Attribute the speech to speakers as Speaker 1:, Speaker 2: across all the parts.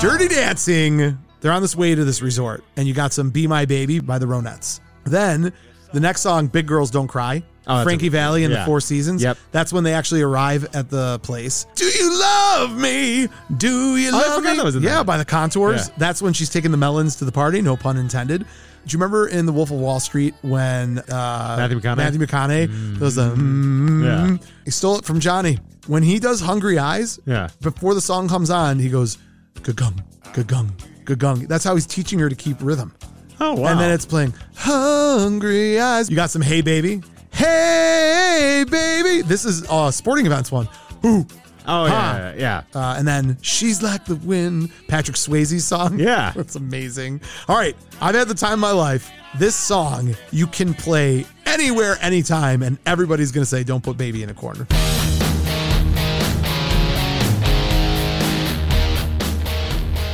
Speaker 1: Dirty Dancing. They're on this way to this resort, and you got some "Be My Baby" by the Ronettes. Then the next song, "Big Girls Don't Cry,"
Speaker 2: Oh, that's
Speaker 1: Frankie
Speaker 2: a-
Speaker 1: Valley and
Speaker 2: yeah.
Speaker 1: the Four Seasons.
Speaker 2: Yep.
Speaker 1: That's when they actually arrive at the place. Do you love me? Do you
Speaker 2: Oh, I
Speaker 1: love
Speaker 2: forgot
Speaker 1: me?
Speaker 2: that was in
Speaker 1: yeah,
Speaker 2: there.
Speaker 1: by the Contours.
Speaker 2: Yeah.
Speaker 1: That's when she's taking the melons to the party. No pun intended. Do you remember in The Wolf of Wall Street when uh,
Speaker 2: Matthew McConaughey?
Speaker 1: Matthew McConaughey does the mm,
Speaker 2: Yeah.
Speaker 1: he stole it from Johnny. When he does Hungry Eyes,
Speaker 2: Yeah.
Speaker 1: before the song comes on, he goes, gagung, gagung, gagung. That's how he's teaching her to keep rhythm.
Speaker 2: Oh wow.
Speaker 1: And then it's playing Hungry Eyes. You got some Hey Baby. Hey Baby. This is a uh, sporting events one. Ooh.
Speaker 2: oh
Speaker 1: Huh.
Speaker 2: yeah, yeah, yeah.
Speaker 1: Uh, and then She's Like the Wind, Patrick Swayze's song.
Speaker 2: Yeah.
Speaker 1: That's amazing. All right. I've had the time of my life. This song you can play anywhere, anytime, and everybody's going to say, Don't put baby in a corner.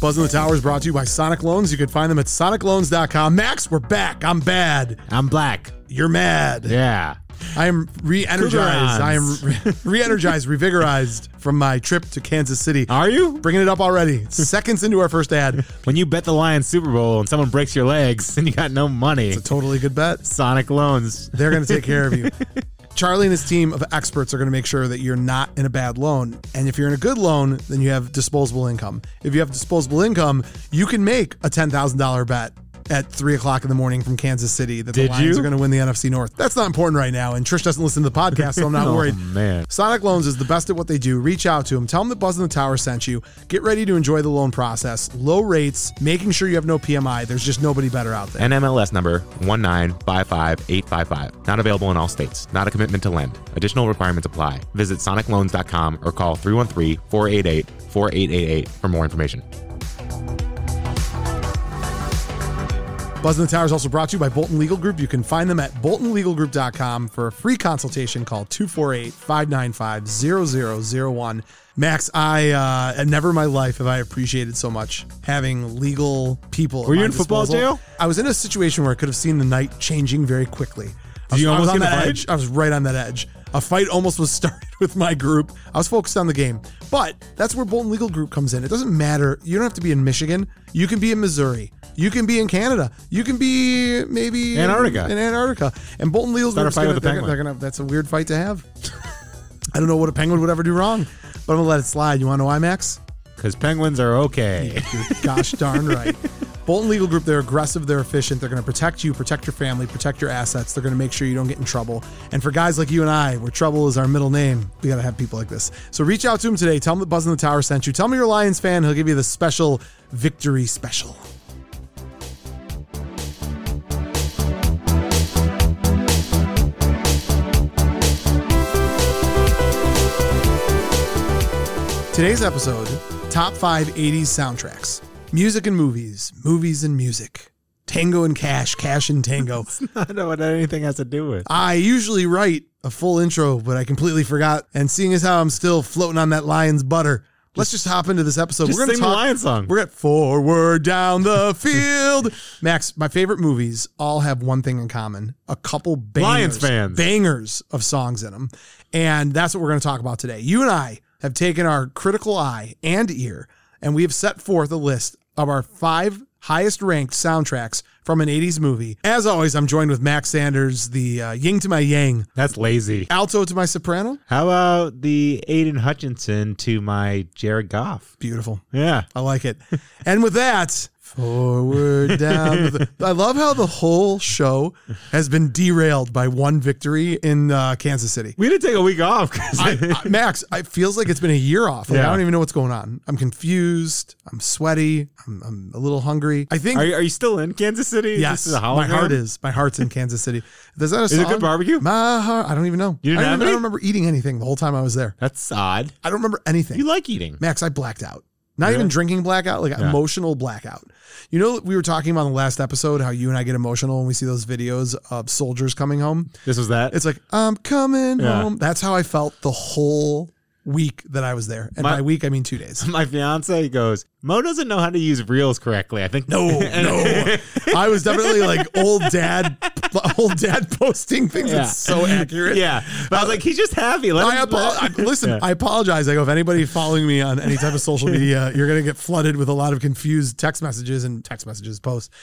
Speaker 1: Buzz in the Tower is brought to you by Sonic Loans. You can find them at sonicloans.com. Max, we're back. I'm bad.
Speaker 2: I'm black.
Speaker 1: You're mad.
Speaker 2: Yeah.
Speaker 1: I am re-energized.
Speaker 2: Cougarons.
Speaker 1: I am re- re-energized, revigorized from my trip to Kansas City.
Speaker 2: Are you?
Speaker 1: Bringing it up already. Seconds into our first ad.
Speaker 2: When you bet the Lions Super Bowl and someone breaks your legs and you got no money,
Speaker 1: It's a totally good bet.
Speaker 2: Sonic loans.
Speaker 1: They're going to take care of you. Charlie and his team of experts are going to make sure that you're not in a bad loan. And if you're in a good loan, then you have disposable income. If you have disposable income, you can make a $10,000 bet at three o'clock in the morning from Kansas City that the
Speaker 2: Did
Speaker 1: Lions
Speaker 2: you?
Speaker 1: are going to win the NFC North. That's not important right now. And Trish doesn't listen to the podcast, so I'm not
Speaker 2: Oh,
Speaker 1: worried.
Speaker 2: man.
Speaker 1: Sonic Loans is the best at what they do. Reach out to them. Tell them that Buzz in the Tower sent you. Get ready to enjoy the loan process. Low rates, making sure you have no PMI. There's just nobody better out there.
Speaker 2: NMLS number 1955855. Not available in all states. Not a commitment to lend. Additional requirements apply. Visit sonicloans.com or call 313-488-4888 for more information.
Speaker 1: Buzz in the Tower is also brought to you by Bolton Legal Group. You can find them at boltonlegalgroup.com for a free consultation. Call 248-595-0001. Max, I uh, and never in my life have I appreciated so much having legal people. at
Speaker 2: Were you
Speaker 1: my
Speaker 2: in football
Speaker 1: disposal.
Speaker 2: jail?
Speaker 1: I was in a situation where I could have seen the night changing very quickly. I was,
Speaker 2: you
Speaker 1: I was
Speaker 2: almost
Speaker 1: on
Speaker 2: get in a
Speaker 1: that
Speaker 2: fight?
Speaker 1: edge. I was right on that edge. A fight almost was started with my group. I was focused on the game. But that's where Bolton Legal Group comes in. It doesn't matter. You don't have to be in Michigan. You can be in Missouri. You can be in Canada. You can be maybe in-
Speaker 2: Antarctica.
Speaker 1: In Antarctica. And Bolton Legal
Speaker 2: Start a
Speaker 1: Group's
Speaker 2: fight
Speaker 1: gonna,
Speaker 2: with a
Speaker 1: they're gonna-
Speaker 2: penguin.
Speaker 1: they're gonna- that's a weird fight to have. I don't know what a penguin would ever do wrong, but I'm gonna let it slide. You wanna know why, Max?
Speaker 2: Because penguins are okay.
Speaker 1: You're gosh darn right. Bolton Legal Group, they're aggressive, they're efficient, they're going to protect you, protect your family, protect your assets. They're going to make sure you don't get in trouble. And for guys like you and I, where trouble is our middle name, we got to have people like this. So reach out to him today. Tell him that Buzz in the Tower sent you. Tell me you're a Lions fan. He'll give you the special victory special. Today's episode Top 5 80s Soundtracks Music and Movies, Movies and Music, Tango and Cash, Cash and Tango.
Speaker 2: I don't know what anything has to do with.
Speaker 1: I usually write a full intro, but I completely forgot. And seeing as how I'm still floating on that lion's butter, let's just hop into this episode.
Speaker 2: Just
Speaker 1: We're going
Speaker 2: sing
Speaker 1: to
Speaker 2: the
Speaker 1: talk.
Speaker 2: lion song.
Speaker 1: We're at forward down the field. Max, my favorite movies all have one thing in common: a couple bangers,
Speaker 2: Lions fans.
Speaker 1: bangers of songs in them, and that's what we're going to talk about today. You and I have taken our critical eye and ear, and we have set forth a list of our five highest ranked soundtracks from an 80s movie. As always, I'm joined with Max Sanders, the uh, yin to my yang,
Speaker 2: That's lazy.
Speaker 1: alto to my soprano.
Speaker 2: How about the Aiden Hutchinson to my Jared Goff?
Speaker 1: Beautiful.
Speaker 2: Yeah.
Speaker 1: I like it. And with that, forward down. the- I love how the whole show has been derailed by one victory in uh, Kansas City.
Speaker 2: We didn't take a week off. 'cause-
Speaker 1: I, I- Max, it feels like it's been a year off. Like,
Speaker 2: Yeah.
Speaker 1: I don't even know what's going on. I'm confused. I'm sweaty. I'm, I'm a little hungry. I think.
Speaker 2: are, you, are you still in Kansas City?
Speaker 1: Yes,
Speaker 2: This is a
Speaker 1: my heart
Speaker 2: hologram?
Speaker 1: is. My heart's in Kansas City. Is that a
Speaker 2: Is it good barbecue?
Speaker 1: My heart. I don't even know.
Speaker 2: You didn't
Speaker 1: I, don't
Speaker 2: have
Speaker 1: even, I
Speaker 2: any?
Speaker 1: don't remember eating anything the whole time I was there.
Speaker 2: That's odd.
Speaker 1: I don't remember anything.
Speaker 2: You like eating.
Speaker 1: Max, I blacked out. Not
Speaker 2: Really?
Speaker 1: even drinking blackout, like
Speaker 2: Yeah.
Speaker 1: emotional blackout. You know, we were talking about in the last episode how you and I get emotional when we see those videos of soldiers coming home.
Speaker 2: This was that.
Speaker 1: It's like, I'm coming
Speaker 2: Yeah.
Speaker 1: home. That's how I felt the whole week that I was there. And
Speaker 2: My-
Speaker 1: by week, I mean two days.
Speaker 2: my fiance goes, Mo doesn't know how to use reels correctly. I think
Speaker 1: No,
Speaker 2: And-
Speaker 1: no. I was definitely like old dad, old dad posting things.
Speaker 2: Yeah.
Speaker 1: It's so accurate.
Speaker 2: yeah. But I was like, he's just happy. Let
Speaker 1: I
Speaker 2: him-
Speaker 1: apo- I, listen,
Speaker 2: Yeah.
Speaker 1: I apologize. I go, if anybody following me on any type of social media, you're going to get flooded with a lot of confused text messages and text messages posts.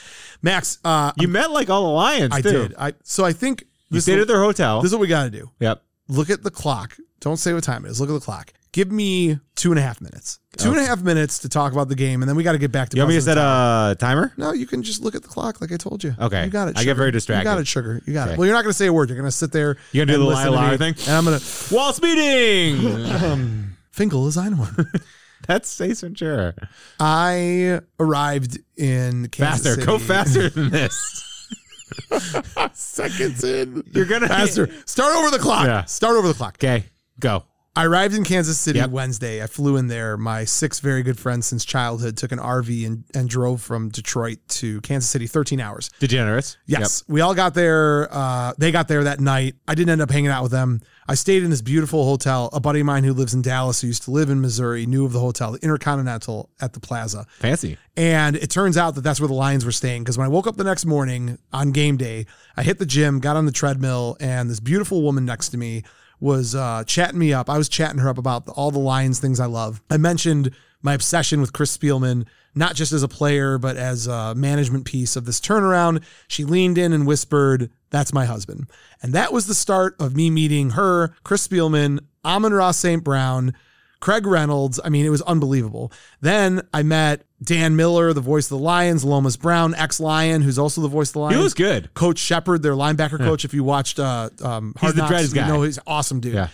Speaker 1: Max, uh,
Speaker 2: you met like all the lions.
Speaker 1: I
Speaker 2: too.
Speaker 1: did. I So I think
Speaker 2: You
Speaker 1: this,
Speaker 2: stayed
Speaker 1: is,
Speaker 2: at their hotel.
Speaker 1: this is what we got to do.
Speaker 2: yep.
Speaker 1: Look at the clock. Don't say what time it is. Look at the clock. Give me two and a half minutes. Two and a half minutes to talk about the game, and then we got to get back to
Speaker 2: You want me to set
Speaker 1: President's Hour.
Speaker 2: a timer?
Speaker 1: No, you can just look at the clock like I told you.
Speaker 2: Okay.
Speaker 1: You got it.
Speaker 2: I
Speaker 1: sugar.
Speaker 2: get very
Speaker 1: You
Speaker 2: distracted.
Speaker 1: got it, sugar. You got
Speaker 2: Okay.
Speaker 1: it. Well, you're not going to say a word. You're going to sit there.
Speaker 2: You gonna do
Speaker 1: and
Speaker 2: the
Speaker 1: listen to
Speaker 2: Lyle
Speaker 1: me,
Speaker 2: thing?
Speaker 1: And I'm going to
Speaker 2: Waltz meeting.
Speaker 1: Finkel is Einhorn.
Speaker 2: That's Ace Ventura.
Speaker 1: I arrived in Kansas
Speaker 2: Faster.
Speaker 1: City.
Speaker 2: Go faster than this.
Speaker 1: Seconds in.
Speaker 2: You're gonna
Speaker 1: faster. Start over the clock.
Speaker 2: Yeah.
Speaker 1: Start over the clock.
Speaker 2: Okay. Go.
Speaker 1: I arrived in Kansas City
Speaker 2: Yep.
Speaker 1: Wednesday. I flew in there. My six very good friends since childhood took an RV and, and drove from Detroit to Kansas City, 13 hours.
Speaker 2: Degenerates.
Speaker 1: Yes, we all got there. Uh, they got there that night. I didn't end up hanging out with them. I stayed in this beautiful hotel. A buddy of mine who lives in Dallas, who used to live in Missouri, knew of the hotel, the Intercontinental at the Plaza.
Speaker 2: Yep. Fancy.
Speaker 1: And it turns out that that's where the Lions were staying because when I woke up the next morning on game day, I hit the gym, got on the treadmill, and this beautiful woman next to me was uh, chatting me up. I was chatting her up about the, all the Lions things I love. I mentioned my obsession with Chris Spielman, not just as a player, but as a management piece of this turnaround. She leaned in and whispered, That's my husband. And that was the start of me meeting her, Chris Spielman, Amon Ross St. Brown. Craig Reynolds. I mean, it was unbelievable. Then I met Dan Miller, the voice of the Lions, Lomas Brown, ex Lion, who's also the voice of the
Speaker 2: He
Speaker 1: Lions.
Speaker 2: was good.
Speaker 1: Coach Shepard, their linebacker coach. If you watched uh, um, Hard
Speaker 2: the
Speaker 1: Knocks,
Speaker 2: Dreads
Speaker 1: you
Speaker 2: guy.
Speaker 1: know he's awesome dude.
Speaker 2: Yeah.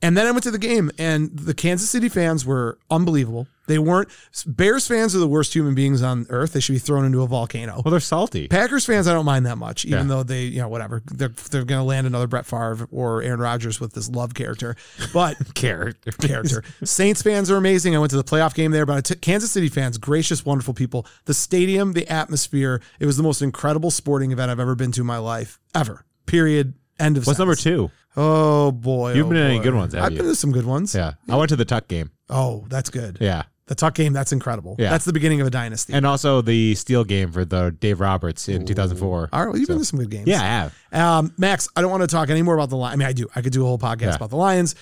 Speaker 1: And then I went to the game, and the Kansas City fans were unbelievable. They weren't Bears fans are the worst human beings on earth. They should be thrown into a volcano.
Speaker 2: Well, they're salty.
Speaker 1: Packers fans, I don't mind that much, even
Speaker 2: Yeah.
Speaker 1: though they, you know, whatever. They're they're going to land another Brett Favre or Aaron Rodgers with this love character, but
Speaker 2: Character.
Speaker 1: character. Saints fans are amazing. I went to the playoff game there, but I took Kansas City fans, gracious, wonderful people. The stadium, the atmosphere, it was the most incredible sporting event I've ever been to in my life, ever. Period. End of
Speaker 2: What's number
Speaker 1: sentence.
Speaker 2: two?
Speaker 1: Oh boy,
Speaker 2: You've
Speaker 1: oh,
Speaker 2: been to any
Speaker 1: boy.
Speaker 2: good ones, have
Speaker 1: I've
Speaker 2: you?
Speaker 1: been to some good ones.
Speaker 2: Yeah. I went to the Tuck game.
Speaker 1: Oh, that's good.
Speaker 2: Yeah.
Speaker 1: The Tuck game, that's incredible.
Speaker 2: Yeah.
Speaker 1: That's the beginning of a dynasty.
Speaker 2: And also the Steel game for the Dave Roberts in 2004.
Speaker 1: All right, well, you've been to some good games.
Speaker 2: Yeah, I have.
Speaker 1: Um, Max, I don't want to talk any more about the Lions. I mean, I do. I could do a whole podcast
Speaker 2: Yeah.
Speaker 1: about the Lions.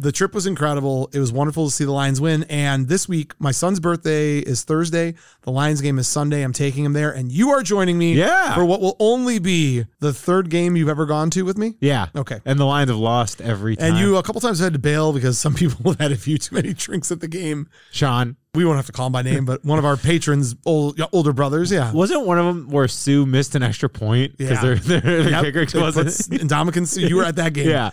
Speaker 1: The trip was incredible. It was wonderful to see the Lions win. And this week, my son's birthday is Thursday. The Lions game is Sunday. I'm taking him there, and you are joining me
Speaker 2: Yeah.
Speaker 1: for what will only be the third game you've ever gone to with me.
Speaker 2: Yeah.
Speaker 1: Okay.
Speaker 2: And the Lions have lost every time.
Speaker 1: And you a couple times had to bail because some people had a few too many drinks at the game.
Speaker 2: Sean,
Speaker 1: We won't have to call him by name, but one of our patrons, old, older brothers, yeah,
Speaker 2: wasn't one of them where Sue missed an extra point because
Speaker 1: Yeah.
Speaker 2: their, their, their
Speaker 1: Yep.
Speaker 2: kicker wasn't?
Speaker 1: And Dominican, you were at that game.
Speaker 2: yeah.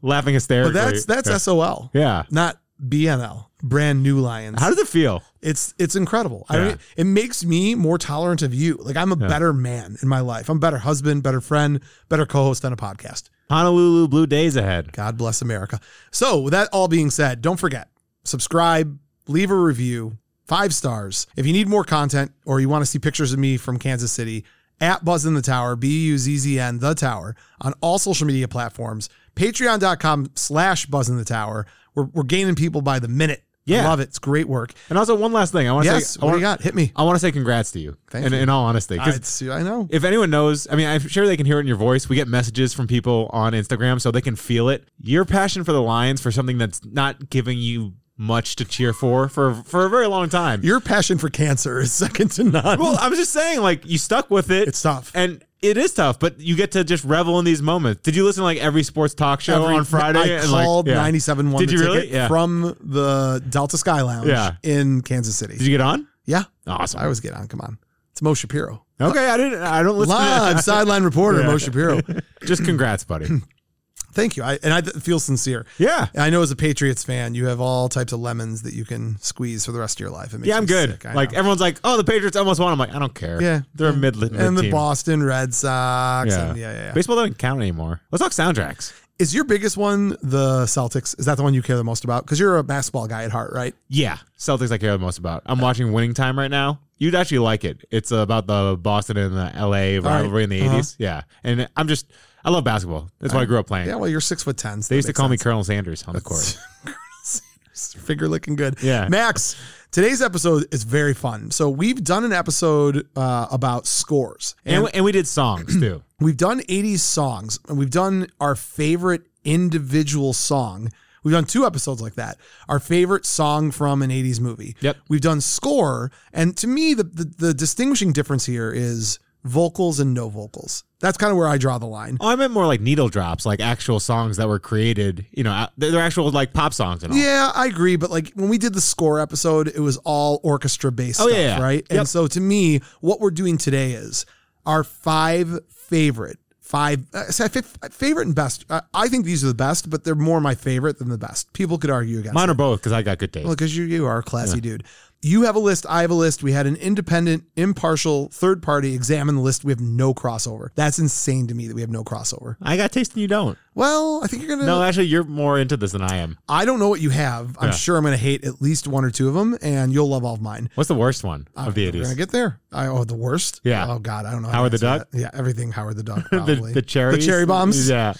Speaker 2: Laughing hysterically.
Speaker 1: but that's that's SOL.
Speaker 2: Yeah.
Speaker 1: not BNL, brand new Lions.
Speaker 2: How does it feel?
Speaker 1: it's it's incredible. I
Speaker 2: Yeah.
Speaker 1: mean, it makes me more tolerant of you. Like I'm a better man in my life. I'm a better husband, better friend, better co-host on a podcast.
Speaker 2: Honolulu Blue Days ahead.
Speaker 1: God bless America. So, with that all being said, don't forget subscribe, leave a review, five stars. If you need more content or you want to see pictures of me from Kansas City, at Buzz in the Tower, B U Z Z N, The Tower, on all social media platforms, patreon.com slash Buzz in the Tower. We're, we're gaining people by the minute. I
Speaker 2: Yeah.
Speaker 1: love it. It's great work.
Speaker 2: And also, one last thing. I want to
Speaker 1: Yes,
Speaker 2: say, I
Speaker 1: what do
Speaker 2: want,
Speaker 1: you got? Hit me.
Speaker 2: I want to say congrats to you.
Speaker 1: Thank
Speaker 2: in,
Speaker 1: you.
Speaker 2: in all honesty,
Speaker 1: I,
Speaker 2: 'cause
Speaker 1: I know.
Speaker 2: if anyone knows, I mean, I'm sure they can hear it in your voice. We get messages from people on Instagram, so they can feel it. Your passion for the Lions for something that's not giving you much to cheer for for for a very long time.
Speaker 1: Your passion for cancer is second to none.
Speaker 2: well, I was just saying, like you stuck with it.
Speaker 1: it's tough.
Speaker 2: and it is tough, but you get to just revel in these moments. Did you listen to like every sports talk show
Speaker 1: Every-
Speaker 2: on Friday?
Speaker 1: I
Speaker 2: and, like,
Speaker 1: called
Speaker 2: yeah.
Speaker 1: 97 one
Speaker 2: Did
Speaker 1: the
Speaker 2: you
Speaker 1: ticket
Speaker 2: really? Yeah.
Speaker 1: from the Delta Sky Lounge
Speaker 2: Yeah.
Speaker 1: in Kansas City.
Speaker 2: Did you get on?
Speaker 1: yeah,
Speaker 2: Awesome.
Speaker 1: I always get on. Come on, it's Mo Shapiro,
Speaker 2: okay, I didn't. I don't listen.
Speaker 1: live
Speaker 2: To
Speaker 1: sideline reporter Mo
Speaker 2: Yeah.
Speaker 1: Shapiro.
Speaker 2: just congrats, buddy.
Speaker 1: Thank you, I, and I th- feel sincere.
Speaker 2: yeah.
Speaker 1: And I know as a Patriots fan, you have all types of lemons that you can squeeze for the rest of your life. It makes
Speaker 2: Yeah, I'm
Speaker 1: me
Speaker 2: good.
Speaker 1: sick, I
Speaker 2: like
Speaker 1: know.
Speaker 2: everyone's like, "Oh, the Patriots almost won." I'm like, "I don't care."
Speaker 1: Yeah.
Speaker 2: they're a mid mid
Speaker 1: and the
Speaker 2: team.
Speaker 1: Boston Red Sox.
Speaker 2: Yeah.
Speaker 1: and yeah, yeah, yeah.
Speaker 2: Baseball doesn't count anymore. Let's talk soundtracks.
Speaker 1: Is your biggest one the Celtics? Is that the one you care the most about? Because you're a basketball guy at heart, right?
Speaker 2: Yeah, Celtics I care the most about. I'm watching Winning Time right now. You'd actually like it. It's about the Boston and the LA rivalry in the
Speaker 1: Uh-huh.
Speaker 2: 80s. Yeah, and I'm just I love basketball. That's what I grew up playing.
Speaker 1: Yeah, well, you're six foot ten. so
Speaker 2: they
Speaker 1: that
Speaker 2: used to
Speaker 1: makes
Speaker 2: call
Speaker 1: sense.
Speaker 2: me Colonel Sanders on the court.
Speaker 1: figure looking good.
Speaker 2: Yeah.
Speaker 1: Max, today's episode is very fun. So we've done an episode uh, about scores,
Speaker 2: And
Speaker 1: and
Speaker 2: we, and we did songs too.
Speaker 1: we've done 80s songs, and we've done our favorite individual song. We've done two episodes like that. Our favorite song from an 80s movie.
Speaker 2: Yep.
Speaker 1: We've done score, and to me, the the, the distinguishing difference here is vocals and no vocals. That's kind of where I draw the line.
Speaker 2: Oh, I meant more like needle drops, like actual songs that were created. You know, out- they're they're actual like pop songs and all.
Speaker 1: Yeah, I agree. But like when we did the score episode, it was all orchestra based
Speaker 2: Oh,
Speaker 1: stuff,
Speaker 2: yeah, yeah.
Speaker 1: right? And
Speaker 2: Yep.
Speaker 1: so to me, what we're doing today is our five favorite, five, uh, say fif- favorite and best. Uh, I think these are the best, but they're more my favorite than the best. People could argue against
Speaker 2: Mine are both because I got good taste.
Speaker 1: because you, you are a classy dude. You have a list. I have a list. We had an independent, impartial, third party examine the list. We have no crossover. That's insane to me that we have no crossover.
Speaker 2: I got taste and you don't.
Speaker 1: Well, I think you're gonna
Speaker 2: No, actually, you're more into this than I am.
Speaker 1: I don't know what you have. I'm
Speaker 2: Yeah.
Speaker 1: sure I'm going to hate at least one or two of them, and you'll love all of mine.
Speaker 2: What's the worst one of the
Speaker 1: We're
Speaker 2: 80s?
Speaker 1: going to get there. I, oh, the worst.
Speaker 2: Yeah.
Speaker 1: Oh God, I don't know.
Speaker 2: Howard
Speaker 1: to
Speaker 2: the
Speaker 1: answer that. Yeah, everything Howard the Duck. Probably.
Speaker 2: the, the
Speaker 1: The
Speaker 2: cherries?
Speaker 1: cherry bombs.
Speaker 2: Yeah.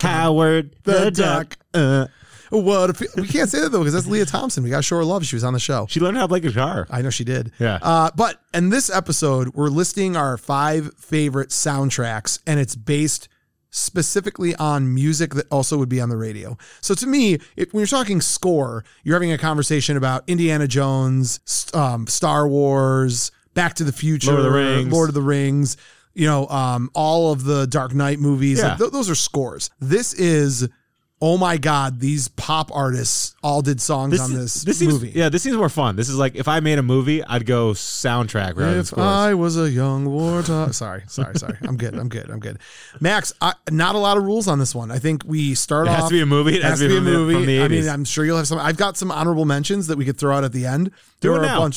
Speaker 2: Howard the,
Speaker 1: The
Speaker 2: duck.
Speaker 1: duck.
Speaker 2: Uh,
Speaker 1: What? If, we can't say that though because that's Leah Thompson. We got to show her love. She was on the show.
Speaker 2: she learned how to play guitar.
Speaker 1: I know she did.
Speaker 2: Yeah.
Speaker 1: Uh, but in this episode, we're listing our five favorite soundtracks, and it's based specifically on music that also would be on the radio. So to me, if, when you're talking score, you're having a conversation about Indiana Jones, s- um, Star Wars, Back to the Future,
Speaker 2: Lord of the Rings.
Speaker 1: Lord of the Rings, You know, um, all of the Dark Knight movies.
Speaker 2: Yeah.
Speaker 1: Like, th- those are scores. This is. Oh my God! These pop artists all did songs on
Speaker 2: is-
Speaker 1: this,
Speaker 2: seems,
Speaker 1: movie.
Speaker 2: Yeah, this seems more fun. This is like if I made a movie, I'd go soundtrack rather than
Speaker 1: If
Speaker 2: scores.
Speaker 1: I was a young war dog. Sorry, sorry, sorry. I'm good. I'm good. I'm good. Max, I, not a lot of rules on this one. I think we start
Speaker 2: it
Speaker 1: off.
Speaker 2: has to be a movie. It has, to be a movie from the
Speaker 1: I mean,
Speaker 2: 80s.
Speaker 1: I'm sure you'll have some. I've got some honorable mentions that we could throw out at the end.
Speaker 2: Do it
Speaker 1: were
Speaker 2: now.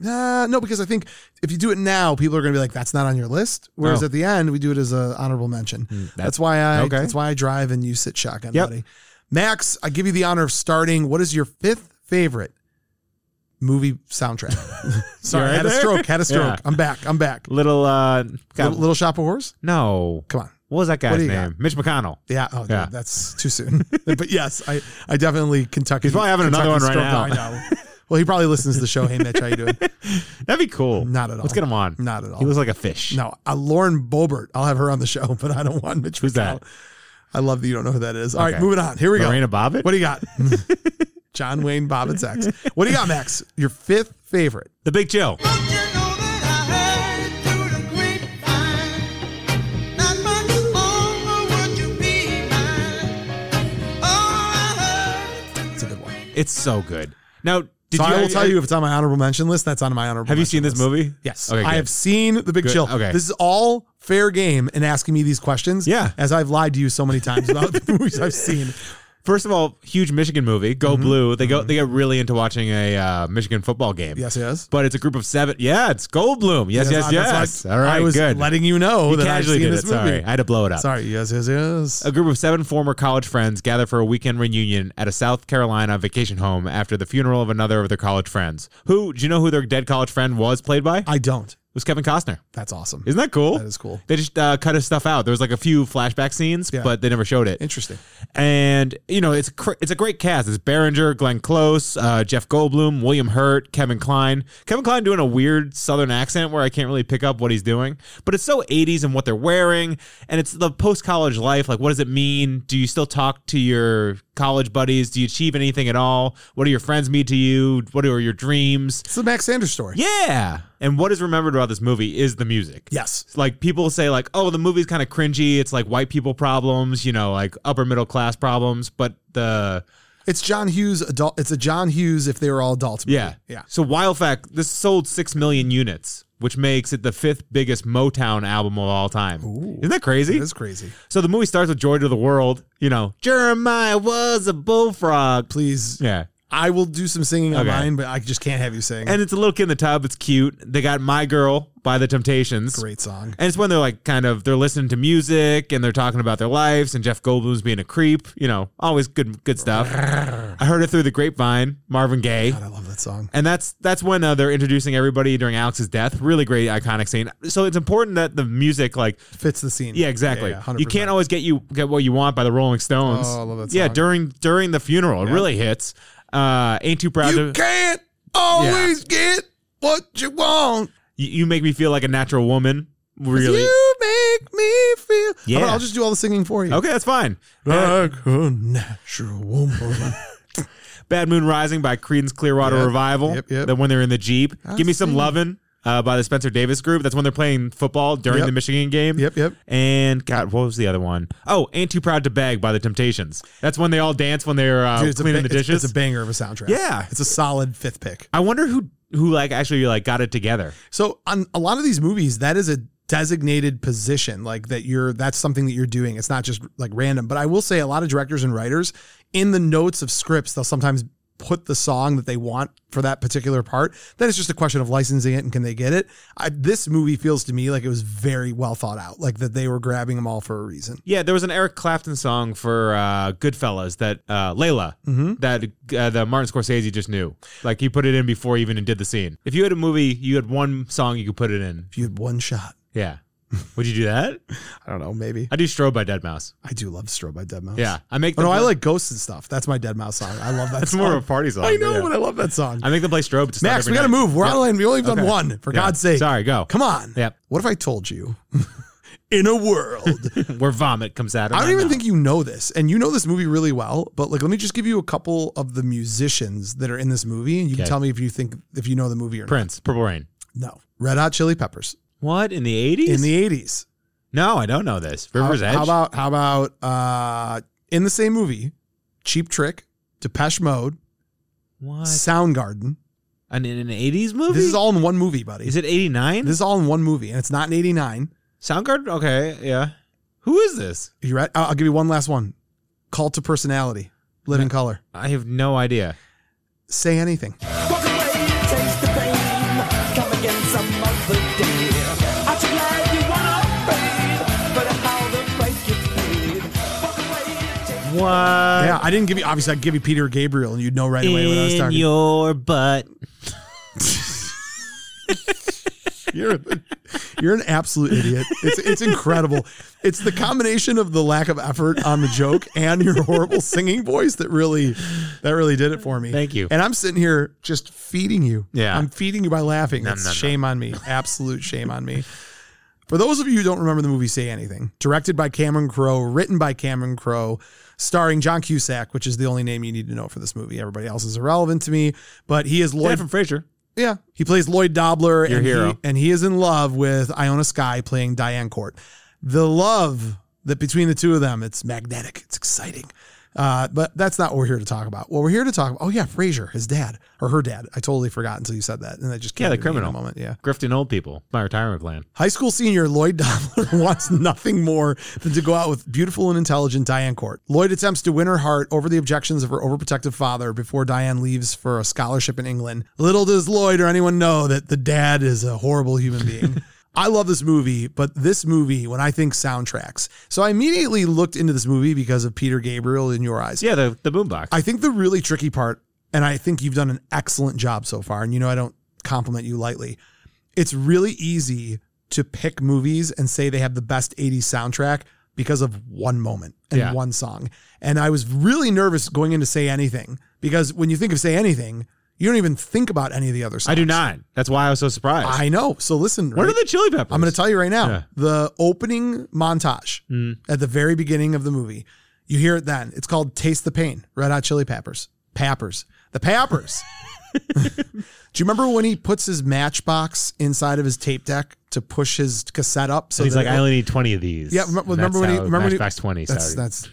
Speaker 1: Nah, no, because I think if you do it now, people are going to be like, "That's not on your list." Whereas
Speaker 2: Oh. Hmm,
Speaker 1: at the end, we do it as an honorable mention. that's,
Speaker 2: that's-
Speaker 1: why I.
Speaker 2: okay.
Speaker 1: That's why I drive and you sit shotgun,
Speaker 2: Yep.
Speaker 1: buddy. Max, I give you the honor of starting. What is your fifth favorite movie soundtrack? Sorry,
Speaker 2: You
Speaker 1: I had a
Speaker 2: alright
Speaker 1: stroke.
Speaker 2: there?
Speaker 1: Had a stroke.
Speaker 2: Yeah.
Speaker 1: I'm back. I'm back.
Speaker 2: Little, uh, God,
Speaker 1: Little, Little Shop of Horrors.
Speaker 2: no.
Speaker 1: Come on.
Speaker 2: What was that
Speaker 1: What
Speaker 2: guy's
Speaker 1: do you
Speaker 2: name? Mitch McConnell.
Speaker 1: Yeah. Oh,
Speaker 2: Yeah.
Speaker 1: dude, that's too soon. but yes, I, I definitely Kentucky.
Speaker 2: He's probably having another
Speaker 1: Kentucky
Speaker 2: one right
Speaker 1: stroke- I know. Well, he probably listens to the show. Hey, Mitch, how you doing?
Speaker 2: That'd be cool.
Speaker 1: Not at all.
Speaker 2: Let's get him on.
Speaker 1: Not at all.
Speaker 2: He looks like a fish.
Speaker 1: no, uh, Lauren Bobert. I'll have her on the show, but I don't want Mitch.
Speaker 2: Who's
Speaker 1: McConnell.
Speaker 2: that?
Speaker 1: I love that you don't know who that is. All right,
Speaker 2: Okay.
Speaker 1: moving on. Here we go.
Speaker 2: Marina Bobbitt?
Speaker 1: What do you got? John Wayne Bobbitt's ex. What do you got, Max? Your fifth favorite.
Speaker 2: The Big Chill.
Speaker 3: Don't you know that I heard through the grapevine? Not much longer would you be mine. Oh, I heard.
Speaker 1: It's a good one.
Speaker 2: It's so good. Now, did
Speaker 1: so
Speaker 2: you,
Speaker 1: I will
Speaker 2: have-
Speaker 1: tell you if it's on my honorable mention list. That's on my honorable.
Speaker 2: Have you
Speaker 1: mention
Speaker 2: seen this
Speaker 1: list.
Speaker 2: movie?
Speaker 1: Yes.
Speaker 2: Okay,
Speaker 1: I
Speaker 2: good.
Speaker 1: have seen The Big
Speaker 2: Good.
Speaker 1: Chill.
Speaker 2: Okay.
Speaker 1: This is all fair game in asking me these questions.
Speaker 2: Yeah.
Speaker 1: As I've lied to you so many times about the movies I've seen.
Speaker 2: First of all, huge Michigan movie. Go
Speaker 1: Mm-hmm.
Speaker 2: Blue. They go. They get really into watching a uh, Michigan football game.
Speaker 1: Yes, yes.
Speaker 2: But it's a group of seven. Yeah, it's Goldblum. Yes, yes,
Speaker 1: I- that's
Speaker 2: yes.
Speaker 1: why
Speaker 2: All right,
Speaker 1: I was
Speaker 2: good.
Speaker 1: letting you know
Speaker 2: you
Speaker 1: that I've
Speaker 2: casually
Speaker 1: seen
Speaker 2: did
Speaker 1: this
Speaker 2: it.
Speaker 1: movie.
Speaker 2: Sorry, I had to blow it up.
Speaker 1: Sorry. Yes, yes, yes.
Speaker 2: A group of seven former college friends gather for a weekend reunion at a South Carolina vacation home after the funeral of another of their college friends. Who do you know who their dead college friend was played by? It
Speaker 1: I don't.
Speaker 2: was Kevin Costner.
Speaker 1: That's awesome.
Speaker 2: Isn't that cool?
Speaker 1: That is cool.
Speaker 2: They just uh, cut his stuff out. There was like a few flashback scenes,
Speaker 1: Yeah.
Speaker 2: but they never showed it.
Speaker 1: Interesting.
Speaker 2: And you know, it's cr- it's a great cast. It's Behringer, Glenn Close, uh, Jeff Goldblum, William Hurt, Kevin Klein. Kevin Klein doing a weird Southern accent where I can't really pick up what he's doing. But it's so 80s and what they're wearing, and it's the post college life. Like, what does it mean? Do you still talk to your college buddies? Do you achieve anything at all? What do your friends mean to you? What are your dreams?
Speaker 1: It's the Max Sanders story.
Speaker 2: Yeah. And what is remembered about this movie is the music
Speaker 1: Yes.
Speaker 2: like people say like oh the movie's kind of cringy it's like white people problems you know like upper middle class problems but the
Speaker 1: It's John Hughes adult. It's a John Hughes if they were all adults. movie.
Speaker 2: yeah
Speaker 1: Yeah.
Speaker 2: so wild fact this sold 6 million units which makes it the fifth biggest motown album of all time isn't that crazy
Speaker 1: That's crazy.
Speaker 2: so the movie starts with joy to the world you know jeremiah was a bullfrog
Speaker 1: Please.
Speaker 2: yeah
Speaker 1: I will do some singing on
Speaker 2: Okay.
Speaker 1: mine, but I just can't have you sing.
Speaker 2: and it's a little kid in the tub it's cute they got my girl by the temptations
Speaker 1: Great song.
Speaker 2: And it's when they're like kind of they're listening to music and they're talking about their lives and Jeff Goldblum's being a creep, you know, always good good stuff. I heard it through the grapevine, Marvin Gaye.
Speaker 1: God, I love that song.
Speaker 2: And that's that's when uh, they're introducing everybody during Alex's death. Really great iconic scene. So it's important that the music like
Speaker 1: Fits the scene.
Speaker 2: yeah, exactly.
Speaker 1: Yeah, yeah,
Speaker 2: you
Speaker 1: 100%.
Speaker 2: can't always get you get what you want by the Rolling Stones.
Speaker 1: Oh, I love that
Speaker 2: Yeah,
Speaker 1: song.
Speaker 2: during during the funeral, it really hits. Uh, ain't too proud
Speaker 1: You
Speaker 2: to
Speaker 1: can't always get what you want.
Speaker 2: you, you make me feel like a natural woman. Really?
Speaker 1: You make me feel. How about
Speaker 2: Yeah.
Speaker 1: I'll just do all the singing for you.
Speaker 2: Okay, that's fine.
Speaker 1: Like a natural woman.
Speaker 2: Bad Moon Rising by Creedence Clearwater
Speaker 1: Yep,
Speaker 2: Revival.
Speaker 1: yep, yep.
Speaker 2: Then when they're in the Jeep.
Speaker 1: I
Speaker 2: Give Me Some
Speaker 1: see.
Speaker 2: Lovin' uh, by the Spencer Davis Group. That's when they're playing football during
Speaker 1: Yep.
Speaker 2: the Michigan game.
Speaker 1: Yep, yep.
Speaker 2: And God, what was the other one? Oh, Ain't Too Proud to Beg by the Temptations. That's when they all dance when they're uh,
Speaker 1: Dude, it's, a
Speaker 2: cleaning
Speaker 1: ba-
Speaker 2: the
Speaker 1: it's-
Speaker 2: dishes.
Speaker 1: it's a banger of a soundtrack.
Speaker 2: Yeah.
Speaker 1: It's a solid fifth pick.
Speaker 2: I wonder who who like actually like got it together.
Speaker 1: So on a lot of these movies, that is a designated position, like that you're that's something that you're doing. It's not just like random. But I will say a lot of directors and writers in the notes of scripts, they'll sometimes put the song that they want for that particular part. Then it's just a question of licensing it and can they get it. I, this movie feels to me like it was very well thought out, like that they were grabbing them all for a reason.
Speaker 2: Yeah, there was an Eric Clapton song for uh, Goodfellas that uh, Layla
Speaker 1: Mm-hmm.
Speaker 2: that uh, the Martin Scorsese just knew. Like he put it in before he even did the scene. If you had a movie, you had one song you could put it in.
Speaker 1: If you had one shot,
Speaker 2: Yeah. Would you do that?
Speaker 1: I don't know, maybe
Speaker 2: I do Strobe by Dead Mouse.
Speaker 1: I do love "Strobe" by Deadmau5.
Speaker 2: Yeah. I make
Speaker 1: Oh,
Speaker 2: them
Speaker 1: no, I
Speaker 2: play-
Speaker 1: like Ghosts and stuff. That's my Deadmau5 song. I love that.
Speaker 2: that's
Speaker 1: song.
Speaker 2: more of a party song.
Speaker 1: I know,
Speaker 2: yeah.
Speaker 1: but I love that song.
Speaker 2: I make them play Strobe. It's not
Speaker 1: Max,
Speaker 2: every
Speaker 1: we got to
Speaker 2: night.
Speaker 1: move. We're on line. We only have done
Speaker 2: Okay.
Speaker 1: one, for
Speaker 2: Yeah.
Speaker 1: God's sake.
Speaker 2: Sorry, go.
Speaker 1: Come on.
Speaker 2: Yep.
Speaker 1: What if I told you in a world?
Speaker 2: Where vomit comes out of
Speaker 1: I
Speaker 2: my
Speaker 1: don't even
Speaker 2: mouth.
Speaker 1: think you know this, and you know this movie really well, but like let me just give you a couple of the musicians that are in this movie, and you can
Speaker 2: Okay.
Speaker 1: tell me if you think if you know the movie or
Speaker 2: Prince, Purple Rain.
Speaker 1: not. No. Red Hot Chili Peppers.
Speaker 2: What in the eighties?
Speaker 1: In the eighties.
Speaker 2: no, I don't know this.
Speaker 1: How,
Speaker 2: River's Edge.
Speaker 1: how about how about uh in the same movie, Cheap Trick, Depeche Mode,
Speaker 2: what?
Speaker 1: Soundgarden.
Speaker 2: An, in an eighties movie?
Speaker 1: This is all in one movie, buddy.
Speaker 2: Is it eighty nine?
Speaker 1: this is all in one movie, and it's not in eighty nine.
Speaker 2: Soundgarden. Okay, yeah. Who is this?
Speaker 1: You ready? I'll I'll give you one last one. Call to personality, living color.
Speaker 2: I have no idea.
Speaker 1: Say anything.
Speaker 4: Walk away, taste the pain. Come again some other day. I should glad you wanna fade, but how the price gets paid. Walk away, taste
Speaker 2: What?
Speaker 1: Yeah, I didn't give you. Obviously, I'd give you Peter Gabriel, and you'd know right away when I was
Speaker 2: in
Speaker 1: talking.
Speaker 2: your butt.
Speaker 1: You're, you're an absolute idiot. It's it's incredible. It's the combination of the lack of effort on the joke and your horrible singing voice that really that really did it for me.
Speaker 2: Thank you.
Speaker 1: And I'm sitting here just feeding you.
Speaker 2: Yeah.
Speaker 1: I'm feeding you by laughing. It's
Speaker 2: nom,
Speaker 1: shame on me. Absolute shame on me. For those of you who don't remember the movie Say Anything, directed by Cameron Crowe, written by Cameron Crowe, starring John Cusack, which is the only name you need to know for this movie. Everybody else is irrelevant to me, but he is
Speaker 2: Dad
Speaker 1: Lloyd
Speaker 2: from Frasier.
Speaker 1: yeah. He plays Lloyd Dobler.
Speaker 2: Your
Speaker 1: and He,
Speaker 2: hero.
Speaker 1: and he is in love with Iona Sky playing Diane Court. The love that between the two of them, it's magnetic. It's exciting. Uh, but that's not what we're here to talk about. What we're here to talk about, oh yeah, Frasier, his dad or her dad. I totally forgot until you said that, and that just came
Speaker 2: Yeah, the
Speaker 1: to me in a
Speaker 2: criminal.
Speaker 1: moment. Yeah,
Speaker 2: Grifting old people. My retirement plan.
Speaker 1: High school senior Lloyd Dobler wants nothing more than to go out with beautiful and intelligent Diane Court. Lloyd attempts to win her heart over the objections of her overprotective father before Diane leaves for a scholarship in England. Little does Lloyd or anyone know that the dad is a horrible human being. I love this movie, but this movie, when I think soundtracks, so I immediately looked into this movie because of Peter Gabriel in Your Eyes.
Speaker 2: Yeah, the, the boombox.
Speaker 1: I think the really tricky part, and I think you've done an excellent job so far, and you know I don't compliment you lightly. It's really easy to pick movies and say they have the best 80s soundtrack because of one moment and
Speaker 2: Yeah.
Speaker 1: one song. And I was really nervous going in to say anything because when you think of say anything, you don't even think about any of the other songs.
Speaker 2: I do not. That's why I was so surprised.
Speaker 1: I know. So listen,
Speaker 2: what are
Speaker 1: right?
Speaker 2: the chili peppers?
Speaker 1: I'm going to tell you right now.
Speaker 2: Yeah.
Speaker 1: The opening montage
Speaker 5: Mm.
Speaker 1: at the very beginning of the movie, you hear it then. It's called Taste the Pain, Red Hot Chili Peppers. Pappers. The Pappers. Do you remember when he puts his matchbox inside of his tape deck to push his cassette up? So
Speaker 5: He's
Speaker 1: that
Speaker 5: like,
Speaker 1: it-
Speaker 5: I only need 20 of these.
Speaker 1: yeah, remember, remember when he remember when he,
Speaker 2: Matchbox 20.
Speaker 1: That's
Speaker 2: Sorry.
Speaker 1: that's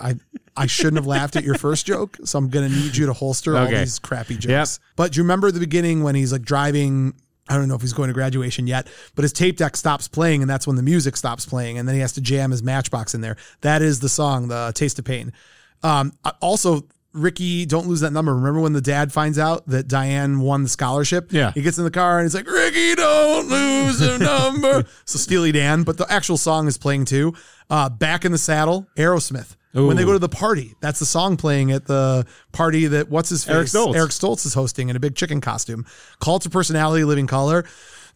Speaker 1: I I shouldn't have laughed at your first joke, so I'm gonna need you to holster all
Speaker 2: Okay.
Speaker 1: these crappy jokes. But do you remember the beginning when he's like driving? I don't know if he's going to graduation yet, but his tape deck stops playing, and that's when the music stops playing, and then he has to jam his matchbox in there. That is the song, the Taste of Pain. Um, I- also. Ricky, don't lose that number. Remember when the dad finds out that Diane won the scholarship?
Speaker 2: Yeah.
Speaker 1: He gets in the car and he's like, Ricky, don't lose your number. so Steely Dan, but the actual song is playing too. Uh, Back in the Saddle, Aerosmith. When they
Speaker 2: Ooh.
Speaker 1: go to the party, that's the song playing at the party that what's his face?
Speaker 2: Eric Stoltz.
Speaker 1: Stoltz is hosting in a big chicken costume. Cult to personality, living color.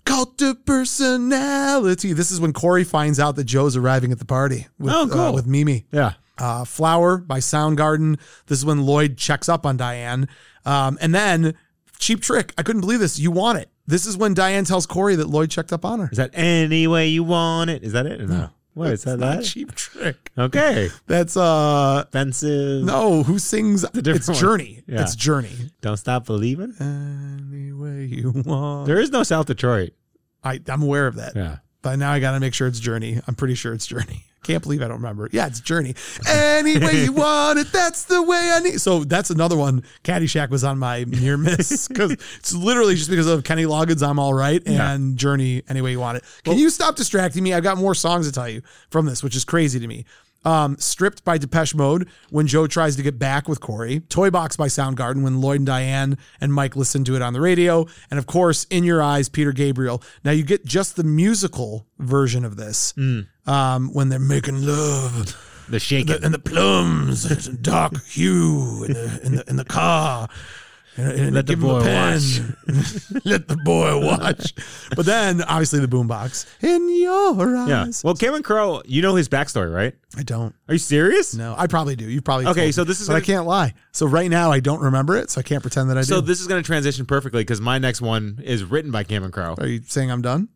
Speaker 1: Cult to personality. This is when Corey finds out that Joe's arriving at the party with,
Speaker 2: Oh,
Speaker 1: uh,
Speaker 2: cool.
Speaker 1: with Mimi
Speaker 2: yeah.
Speaker 1: uh, Flower by Soundgarden. This is when Lloyd checks up on Diane. Um, and then Cheap Trick. I couldn't believe this. You want it. This is when Diane tells Corey that Lloyd checked up on her.
Speaker 2: Is that any way you want it? Is that it? or No. What is that?
Speaker 1: Not
Speaker 2: that?
Speaker 1: Cheap Trick.
Speaker 2: Okay.
Speaker 1: That's uh
Speaker 2: Offensive.
Speaker 1: no, who sings
Speaker 2: different
Speaker 1: it's
Speaker 2: one.
Speaker 1: Journey.
Speaker 2: Yeah.
Speaker 1: It's Journey.
Speaker 2: Don't stop believing.
Speaker 1: Any way you want.
Speaker 2: There is no South Detroit.
Speaker 1: I, I'm aware of that.
Speaker 2: Yeah.
Speaker 1: But now I gotta make sure it's Journey. I'm pretty sure it's Journey. Can't believe I don't remember. Yeah, it's Journey. Any way you want it, that's the way I need. So that's another one. Caddyshack was on my near miss because it's literally just because of Kenny Loggins. I'm all right, and Journey. Any way you want it. Can you stop distracting me? I've got more songs to tell you from this, which is crazy to me. Um, Stripped by Depeche Mode when Joe tries to get back with Corey. Toy Box by Soundgarden when Lloyd and Diane and Mike listen to it on the radio. And of course, In Your Eyes, Peter Gabriel. Now you get just the musical version of this
Speaker 2: Mm.
Speaker 1: um, when they're making love
Speaker 2: The shake
Speaker 1: the, and the plums, it's a dark hue in the in the, in the car. And, and
Speaker 2: Let the
Speaker 1: give him a
Speaker 2: boy
Speaker 1: pen. Let the boy watch. But then, obviously, the boombox in your eyes.
Speaker 2: Yeah. Well, Cameron Crowe, you know his backstory, right?
Speaker 1: I don't
Speaker 2: Are you serious?
Speaker 1: know. I probably do. You probably
Speaker 2: Okay,
Speaker 1: told
Speaker 2: so
Speaker 1: me.
Speaker 2: this is
Speaker 1: But I
Speaker 2: gonna-
Speaker 1: can't lie. So right now, I don't remember it. So I can't pretend that I
Speaker 2: So
Speaker 1: do.
Speaker 2: this is going to transition perfectly because my next one is written by Cameron Crowe.
Speaker 1: Are you saying I'm done?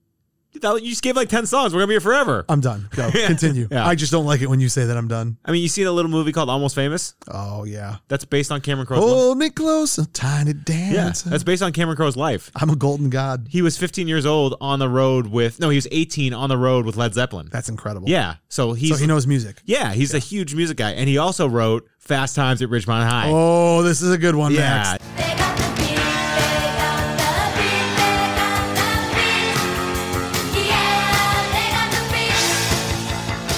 Speaker 2: That- You just gave like ten songs. We're gonna be here forever.
Speaker 1: I'm done. Go continue.
Speaker 2: Yeah.
Speaker 1: I just don't like it when you say that I'm done.
Speaker 2: I mean, you seen a little movie called Almost Famous?
Speaker 1: Oh yeah.
Speaker 2: That's based on Cameron Crowe's. life.
Speaker 1: Hold me close, a tiny dance.
Speaker 2: that's based on Cameron Crowe's life.
Speaker 1: I'm a golden god.
Speaker 2: He was 15 years old on the road with no, he was 18 on the road with Led Zeppelin.
Speaker 1: That's incredible.
Speaker 2: yeah, so he's
Speaker 1: So he knows music.
Speaker 2: yeah, he's a huge music guy, and he also wrote Fast Times at Ridgemont High.
Speaker 1: Oh, this is a good one, Max.
Speaker 2: yeah,
Speaker 6: They got the beat, they got the beat, they got the beat. Yeah, they got the beat.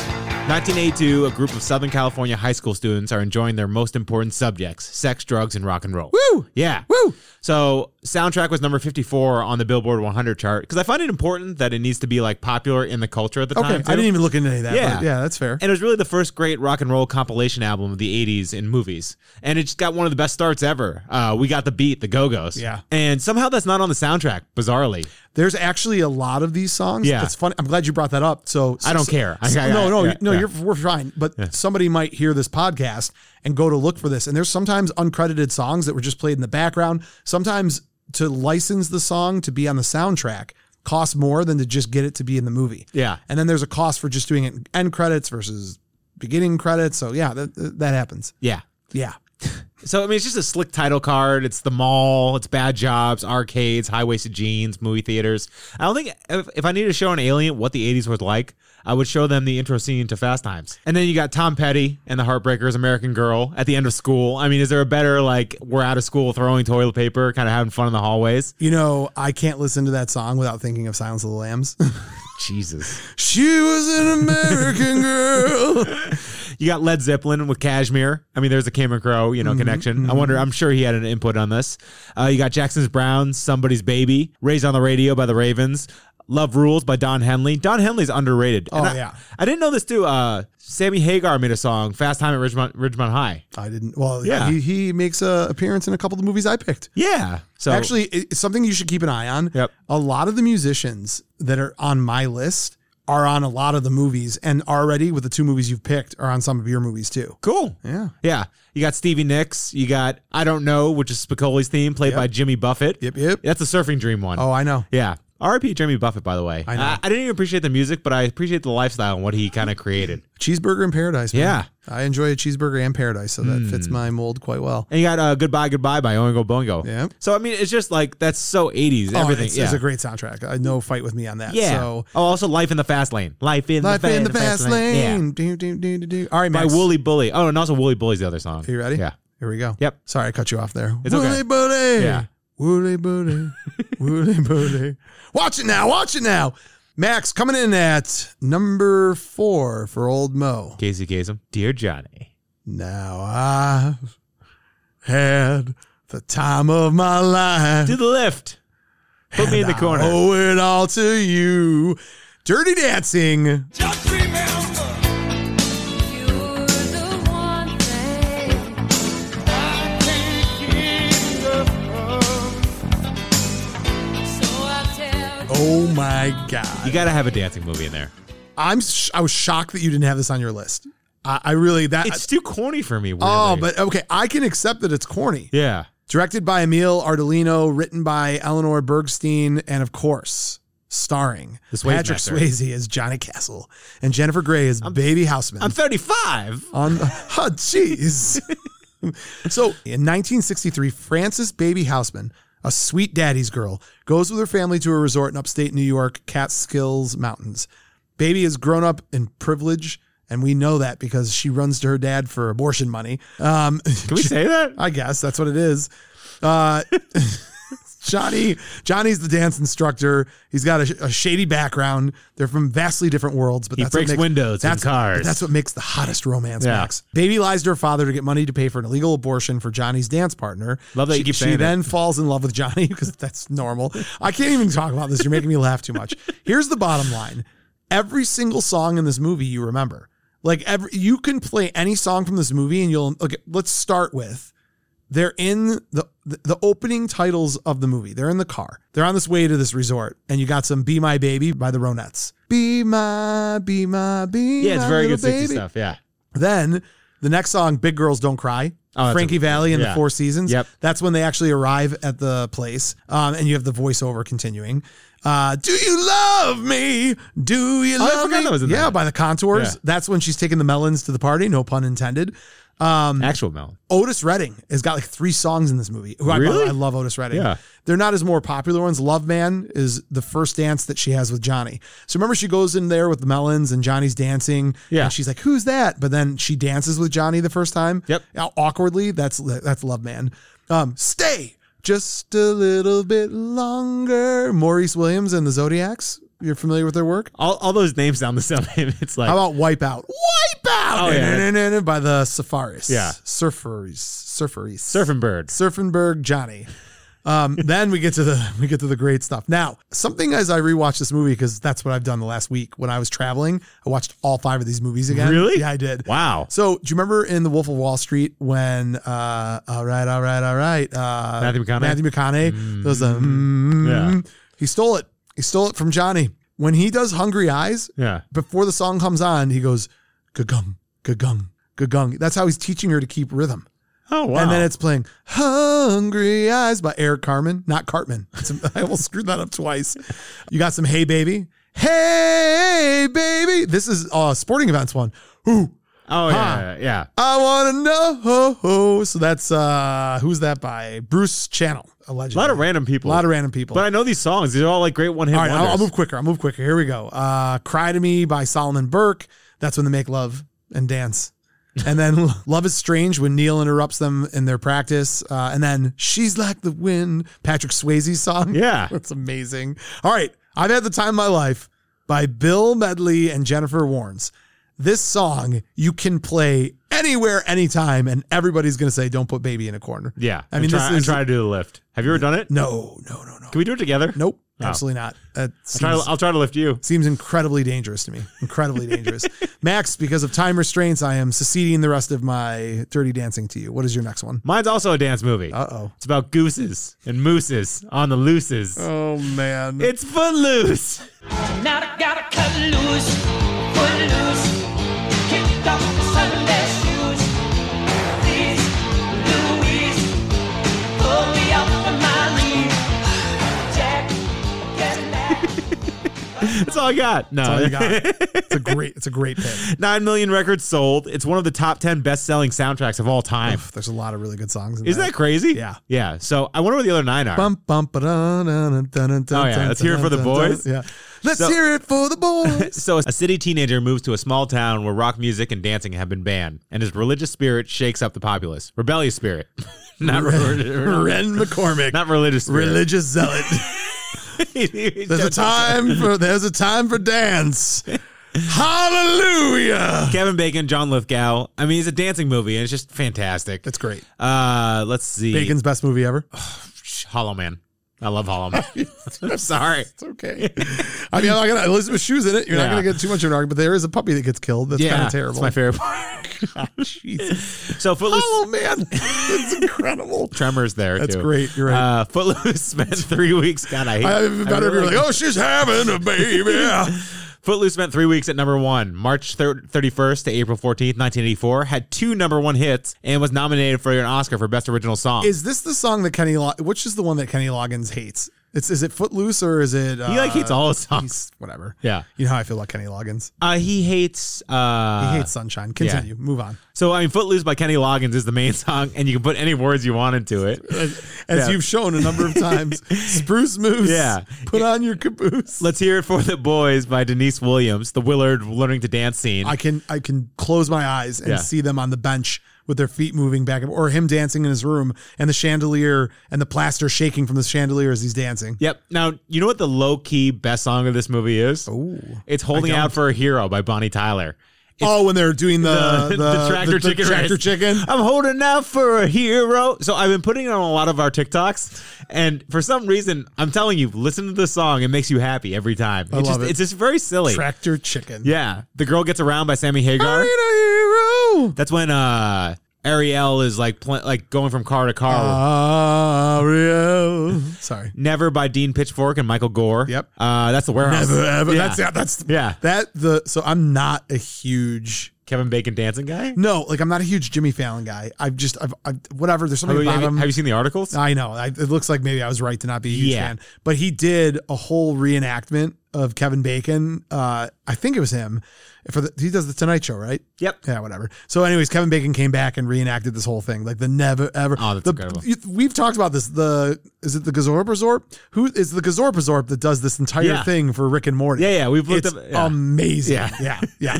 Speaker 2: 1982, a group of Southern California high school students are enjoying their most important subjects: sex, drugs, and rock and roll.
Speaker 1: Woo!
Speaker 2: Yeah.
Speaker 1: Woo!
Speaker 2: So soundtrack was number 54 on the Billboard 100 chart because I find it important that it needs to be like popular in the culture at the
Speaker 1: Okay,
Speaker 2: time.
Speaker 1: I
Speaker 2: too.
Speaker 1: didn't even look into any of that. Yeah,
Speaker 2: Yeah.
Speaker 1: but yeah, that's fair.
Speaker 2: And it was really the first great rock and roll compilation album of the 80s in movies. And it just got one of the best starts ever. Uh, we got the beat, the Go Go's.
Speaker 1: Yeah.
Speaker 2: And somehow that's not on the soundtrack, bizarrely.
Speaker 1: There's actually a lot of these songs.
Speaker 2: Yeah.
Speaker 1: it's funny. I'm glad you brought that up. So,
Speaker 2: I don't care. I-
Speaker 1: so-
Speaker 2: I-
Speaker 1: no, no,
Speaker 2: yeah,
Speaker 1: no.
Speaker 2: yeah.
Speaker 1: You're we're fine. But somebody might hear this podcast and go to look for this. And there's sometimes uncredited songs that were just played in the background. Sometimes to license the song to be on the soundtrack costs more than to just get it to be in the movie.
Speaker 2: Yeah.
Speaker 1: And then there's a cost for just doing it in end credits versus beginning credits. So yeah, that that happens.
Speaker 2: Yeah.
Speaker 1: Yeah.
Speaker 2: So, I mean, it's just a slick title card. It's the mall, it's bad jobs, arcades, high waisted jeans, movie theaters. I don't think if, if I need to show an alien what the 80s was like, I would show them the intro scene to Fast Times. And then you got Tom Petty and the Heartbreakers, American Girl at the end of school. I mean, is there a better, like, we're out of school throwing toilet paper, kind of having fun in the hallways?
Speaker 1: You know, I can't listen to that song without thinking of Silence of the Lambs.
Speaker 2: Jesus.
Speaker 1: she was an American girl.
Speaker 2: You got Led Zeppelin with Cashmere. I mean, there's a Cameron Crowe,
Speaker 1: Mm-hmm,
Speaker 2: you know, connection. I wonder. I'm sure he had an input on this. Uh, you got Jackson's Browns, Somebody's Baby, Raised on the Radio by the Ravens, Love Rules by Don Henley. Don Henley's underrated.
Speaker 1: Oh,
Speaker 2: I,
Speaker 1: yeah.
Speaker 2: I didn't know this too. Uh, Sammy Hagar made a song, Fast Time at Ridgemont, Ridgemont High.
Speaker 1: I didn't. Well, yeah,
Speaker 2: Yeah.
Speaker 1: he, he makes a appearance in a couple of the movies I picked.
Speaker 2: Yeah. So
Speaker 1: Actually, it- it's something you should keep an eye on.
Speaker 2: Yep.
Speaker 1: A lot of the musicians that are on my list are on a lot of the movies, and already with the two movies you've picked are on some of your movies too.
Speaker 2: cool.
Speaker 1: Yeah.
Speaker 2: Yeah. You got Stevie Nicks. You got I Don't Know, which is Spicoli's theme, played by Jimmy Buffett.
Speaker 1: Yep, yep.
Speaker 2: That's a surfing dream one.
Speaker 1: Oh, I know.
Speaker 2: Yeah. R.I.P. Jeremy Buffett, by the way.
Speaker 1: I know.
Speaker 2: I, I didn't even appreciate the music, but I appreciate the lifestyle and what he kind of created.
Speaker 1: Cheeseburger in Paradise. man.
Speaker 2: Yeah. Hmm.
Speaker 1: I enjoy a cheeseburger and paradise, so that fits my mold quite well.
Speaker 2: And you got uh, Goodbye, Goodbye by Oingo Boingo.
Speaker 1: Yeah.
Speaker 2: So, I mean, it's just like, that's so 80s,
Speaker 1: Oh,
Speaker 2: everything.
Speaker 1: It's,
Speaker 2: yeah.
Speaker 1: it's a great soundtrack. I no fight with me on that.
Speaker 2: yeah.
Speaker 1: So
Speaker 2: oh, also Life in the Fast Lane. Life in,
Speaker 1: life
Speaker 2: the, fa-
Speaker 1: in the fast
Speaker 2: Yeah.
Speaker 1: lane. Do, do, do, do, do. All right,
Speaker 2: By
Speaker 1: Max.
Speaker 2: Wooly Bully. Oh, and also Wooly Bully's the other song.
Speaker 1: Are you ready?
Speaker 2: Yeah.
Speaker 1: Here we go.
Speaker 2: Yep.
Speaker 1: Sorry, I cut you off there.
Speaker 2: It's
Speaker 1: Wooly
Speaker 2: okay.
Speaker 1: booty.
Speaker 2: Yeah.
Speaker 1: Wooly booty. Wooly booty. Watch it now. Watch it now. Max coming in at number four for Old Mo.
Speaker 2: Casey Kasem. Dear Johnny.
Speaker 1: Now I've had the time of my life.
Speaker 2: To the left. Put me in the
Speaker 1: I
Speaker 2: corner.
Speaker 1: Owe it all to you. Dirty Dancing.
Speaker 3: Just remember,
Speaker 6: You're the one thing
Speaker 3: I can't get enough of
Speaker 6: So I tell
Speaker 1: Oh my
Speaker 2: You
Speaker 1: God.
Speaker 2: got to have a dancing movie in there.
Speaker 1: I'm sh- I was shocked that you didn't have this on your list. I, I really that.
Speaker 2: It's too corny for me. Weirdly.
Speaker 1: oh, but okay. I can accept that it's corny.
Speaker 2: Yeah.
Speaker 1: Directed by Emil Ardolino, written by Eleanor Bergstein, and of course, starring
Speaker 2: The Swayze
Speaker 1: Patrick
Speaker 2: Master.
Speaker 1: Swayze as Johnny Castle and Jennifer Grey as Baby Houseman.
Speaker 2: I'm 35.
Speaker 1: on the oh, jeez. so in 1963, Frances Baby Houseman, a sweet daddy's girl, goes with her family to a resort in upstate New York, Catskills Mountains. Baby has grown up in privilege, and we know that because she runs to her dad for abortion money. Um,
Speaker 2: Can we say that?
Speaker 1: I guess that's what it is. Uh, Johnny, Johnny's the dance instructor. He's got a, a shady background. They're from vastly different worlds, but
Speaker 2: He
Speaker 1: that's what
Speaker 2: breaks
Speaker 1: makes-
Speaker 2: windows in
Speaker 1: that's,
Speaker 2: cars.
Speaker 1: but That's what makes the hottest romance.
Speaker 2: Yeah.
Speaker 1: Max. Baby lies to her father to get money to pay for an illegal abortion for Johnny's dance partner.
Speaker 2: Love that
Speaker 1: she,
Speaker 2: you keep
Speaker 1: She
Speaker 2: saying that.
Speaker 1: then falls in love with Johnny because that's normal. I can't even talk about this. You're making me laugh too much. Here's the bottom line: every single song in this movie you remember. Like every, you can play any song from this movie, and you'll okay. Let's start with they're in the the opening titles of the movie. They're in the car. They're on this way to this resort, and you got some "Be My Baby" by the Ronettes. Be my, be my, be
Speaker 2: Yeah, it's
Speaker 1: my
Speaker 2: very
Speaker 1: little
Speaker 2: good 60s
Speaker 1: baby.
Speaker 2: stuff. Yeah.
Speaker 1: Then the next song, "Big Girls Don't Cry,"
Speaker 2: Oh, that's
Speaker 1: Frankie
Speaker 2: a-
Speaker 1: Valley and the
Speaker 2: yeah.
Speaker 1: Four Seasons.
Speaker 2: Yep.
Speaker 1: That's when they actually arrive at the place, um, and you have the voiceover continuing. Uh, do you love me? Do you
Speaker 2: Oh, I
Speaker 1: love
Speaker 2: forgot
Speaker 1: me?
Speaker 2: that was in
Speaker 1: yeah,
Speaker 2: there.
Speaker 1: by the Contours.
Speaker 2: Yeah.
Speaker 1: That's when she's taking the melons to the party. No pun intended.
Speaker 2: Actual Melon.
Speaker 1: Otis Redding has got like three songs in this movie. Who I-
Speaker 2: Really?
Speaker 1: I, love Otis Redding.
Speaker 2: Yeah.
Speaker 1: They're not his more popular ones. Love Man is the first dance that she has with Johnny. So remember, she goes in there with the melons and Johnny's dancing.
Speaker 2: Yeah.
Speaker 1: And she's like, who's that? But then she dances with Johnny the first time.
Speaker 2: Yep.
Speaker 1: Now, awkwardly, that's that's Love Man. Um, stay just a little bit longer. Maurice Williams and the Zodiacs. You're familiar with their work?
Speaker 2: All, all those names sound the same. It's like
Speaker 1: How about Wipeout? Wipeout!
Speaker 2: Oh, yeah.
Speaker 1: Na-na-na-na By the Safaris.
Speaker 2: Yeah.
Speaker 1: Surferis. Surferis.
Speaker 2: Surfing Birds.
Speaker 1: Surfenberg Johnny. Um, then we get to the we get to the great stuff. Now, something as I rewatched this movie because that's what I've done the last week when I was traveling, I watched all five of these movies again.
Speaker 2: Really?
Speaker 1: Yeah, I did.
Speaker 2: Wow.
Speaker 1: So, do you remember in The Wolf of Wall Street when uh, all right, all right, all right, uh,
Speaker 2: Matthew McConaughey? Mm-hmm.
Speaker 1: Matthew McConaughey does the mm,
Speaker 2: Yeah.
Speaker 1: he stole it. He stole it from Johnny when he does Hungry Eyes
Speaker 2: Yeah.
Speaker 1: before the song comes on, he goes gagung, gagung, gagung. That's how he's teaching her to keep rhythm.
Speaker 2: Oh, wow.
Speaker 1: And then it's playing "Hungry Eyes" by Eric Carmen, not Cartman. It's- I almost screwed that up twice. You got some "Hey Baby," "Hey Baby." This is a uh, sporting events one. Ooh,
Speaker 2: oh, yeah,
Speaker 1: huh.
Speaker 2: yeah. yeah.
Speaker 1: I want to know. So that's uh, who's that by? Bruce Channel.
Speaker 2: A
Speaker 1: allegedly.
Speaker 2: lot of random people.
Speaker 1: A lot of random people.
Speaker 2: But I know these songs. These are all like great one hit
Speaker 1: All right, I'll, I'll
Speaker 2: wonders.
Speaker 1: move quicker. I'll move quicker. Here we go. Uh, Cry to Me by Solomon Burke. That's when they make love and dance. And then Love is Strange when Neil interrupts them in their practice. Uh, and then She's Like the Wind, Patrick Swayze's song.
Speaker 2: Yeah.
Speaker 1: That's amazing. All right. I've Had the Time of My Life by Bill Medley and Jennifer Warnes. This song you can play anywhere, anytime, and everybody's going to say, Don't put baby in a corner.
Speaker 2: Yeah.
Speaker 1: I mean,
Speaker 2: try,
Speaker 1: this is.
Speaker 2: try to do the lift. Have you ever done it?
Speaker 1: no, no, no, no.
Speaker 2: Can we do it together?
Speaker 1: Nope.
Speaker 2: Oh.
Speaker 1: Absolutely not. That
Speaker 2: Try to-
Speaker 1: seems-
Speaker 2: I'll try to lift you.
Speaker 1: seems incredibly dangerous to me. Incredibly dangerous. Max, because of time restraints, I am seceding the rest of my dirty dancing to you. What is your next one?
Speaker 2: Mine's also a dance movie.
Speaker 1: Uh oh.
Speaker 2: It's about gooses and mooses on the looses.
Speaker 1: Oh man.
Speaker 2: It's footloose.
Speaker 4: Now I gotta cut loose, foot loose, kicked off the Sunday shoes. Please, Louise, pull me up from my knees. Jack, get it now.
Speaker 2: That's all I got. No,
Speaker 1: Oh, you got it. It's a great it's a great pick.
Speaker 2: 9 million records sold. It's one of the top 10 best selling soundtracks of all time.
Speaker 1: There's a lot of really good songs in
Speaker 2: Isn't that crazy?
Speaker 1: Yeah.
Speaker 2: Yeah. So I wonder where the other nine are.
Speaker 1: Bum, bum, ba-dun, dun, dun, dun, dun,
Speaker 2: Oh, yeah.
Speaker 1: dun,
Speaker 2: Let's hear it
Speaker 1: dun,
Speaker 2: for the
Speaker 1: dun, dun.
Speaker 2: boys.
Speaker 1: Yeah. Let's
Speaker 2: So-
Speaker 1: hear it for the boys.
Speaker 2: So a city teenager moves to a small town where rock music and dancing have been banned, and his religious spirit shakes up the populace. Rebellious spirit. not, re-
Speaker 1: Ren McCormick.
Speaker 2: not religious spirit.
Speaker 1: religious zealot. There's a time for there's a time for dance. Hallelujah.
Speaker 2: Kevin Bacon, John Lithgow. I mean, it's a dancing movie, and it's just fantastic.
Speaker 1: That's great.
Speaker 2: Uh, let's see.
Speaker 1: Bacon's best movie ever.
Speaker 2: Hollow Man. I love Hollow Man. I'm sorry.
Speaker 1: It's okay. I mean, I'm not gonna Elizabeth Shoe's in it. You're not
Speaker 2: Yeah.
Speaker 1: gonna get too much of an argument. But there is a puppy that gets killed. That's kind
Speaker 2: yeah,
Speaker 1: of terrible.
Speaker 2: It's my favorite part. Oh,
Speaker 1: Jesus.
Speaker 2: so Footloose.
Speaker 1: Oh man, that's incredible.
Speaker 2: Tremors there.
Speaker 1: That's
Speaker 2: too.
Speaker 1: great. You're right.
Speaker 2: Uh, Footloose spent three weeks. God, I hate.
Speaker 1: I even better if
Speaker 2: really
Speaker 1: you're like, oh, she's having a baby. Yeah.
Speaker 2: Footloose spent three weeks at number one, March thir- 31st to April 14th, 1984. Had two number one hits and was nominated for an Oscar for Best Original Song.
Speaker 1: is this the song that Kenny? Lo- which is the one that Kenny Loggins hates? It's is it Footloose or is it? Uh,
Speaker 2: he like hates all his songs.
Speaker 1: he's- whatever.
Speaker 2: Yeah.
Speaker 1: You know how I feel about Kenny Loggins.
Speaker 2: Uh, he hates. Uh,
Speaker 1: He hates Sunshine. Continue. Move on.
Speaker 2: So I mean, Footloose by Kenny Loggins is the main song, and you can put any words you want into it.
Speaker 1: As
Speaker 2: Yeah.
Speaker 1: you've shown a number of times, Spruce Moose.
Speaker 2: Yeah.
Speaker 1: Put on your caboose.
Speaker 2: Let's hear it for the boys by Denise Williams, the Willard learning to dance scene.
Speaker 1: I can I can close my eyes and
Speaker 2: Yeah.
Speaker 1: see them on the bench with their feet moving back and or him dancing in his room and the chandelier and the plaster shaking from the chandelier as he's dancing.
Speaker 2: Yep. Now, you know what the low key best song of this movie is? It's Holding
Speaker 1: I don't.
Speaker 2: Out for a Hero by Bonnie Tyler.
Speaker 1: oh, when they're doing the the,
Speaker 2: the tractor
Speaker 1: the- the
Speaker 2: chicken.
Speaker 1: tractor
Speaker 2: race.
Speaker 1: chicken.
Speaker 2: I'm holding out for a hero. So I've been putting it on a lot of our TikToks, and for some reason, I'm telling you, listen to the song. It makes you happy every time.
Speaker 1: I
Speaker 2: it's
Speaker 1: love
Speaker 2: just,
Speaker 1: it.
Speaker 2: It's just very silly.
Speaker 1: Tractor chicken.
Speaker 2: yeah, the girl gets around by Sammy Hagar.
Speaker 1: I need a hero.
Speaker 2: That's when uh Ariel is like pl- like going from car to
Speaker 1: Uh.
Speaker 2: car.
Speaker 1: Ariel. Sorry.
Speaker 2: Never by Dean Pitchfork and Michael Gore.
Speaker 1: Yep.
Speaker 2: Uh, that's the warehouse.
Speaker 1: Never ever.
Speaker 2: Yeah.
Speaker 1: That's yeah, that's
Speaker 2: Yeah.
Speaker 1: That the so I'm not a huge
Speaker 2: Kevin Bacon dancing guy.
Speaker 1: no, like I'm not a huge Jimmy Fallon guy. I've just I've, I've whatever. There's
Speaker 2: Have
Speaker 1: something
Speaker 2: you,
Speaker 1: about
Speaker 2: Oh, have
Speaker 1: him.
Speaker 2: you- have you seen the articles?
Speaker 1: I know. I, it looks like maybe I was right to not be a huge
Speaker 2: Yeah.
Speaker 1: fan, but he did a whole reenactment of Kevin Bacon. Uh, I think it was him for the he does the Tonight Show, right?
Speaker 2: Yep.
Speaker 1: Yeah, whatever. So, anyways, Kevin Bacon came back and reenacted this whole thing, like the never ever.
Speaker 2: Oh, that's
Speaker 1: the,
Speaker 2: incredible.
Speaker 1: you- We've talked about this. The is it the Gazorp Resorp? Who is the Gazorp Resorp that does this entire
Speaker 2: Yeah.
Speaker 1: thing for Rick and Morty?
Speaker 2: Yeah, yeah, we've looked
Speaker 1: it's
Speaker 2: up- yeah.
Speaker 1: amazing.
Speaker 2: Yeah.
Speaker 1: yeah, yeah.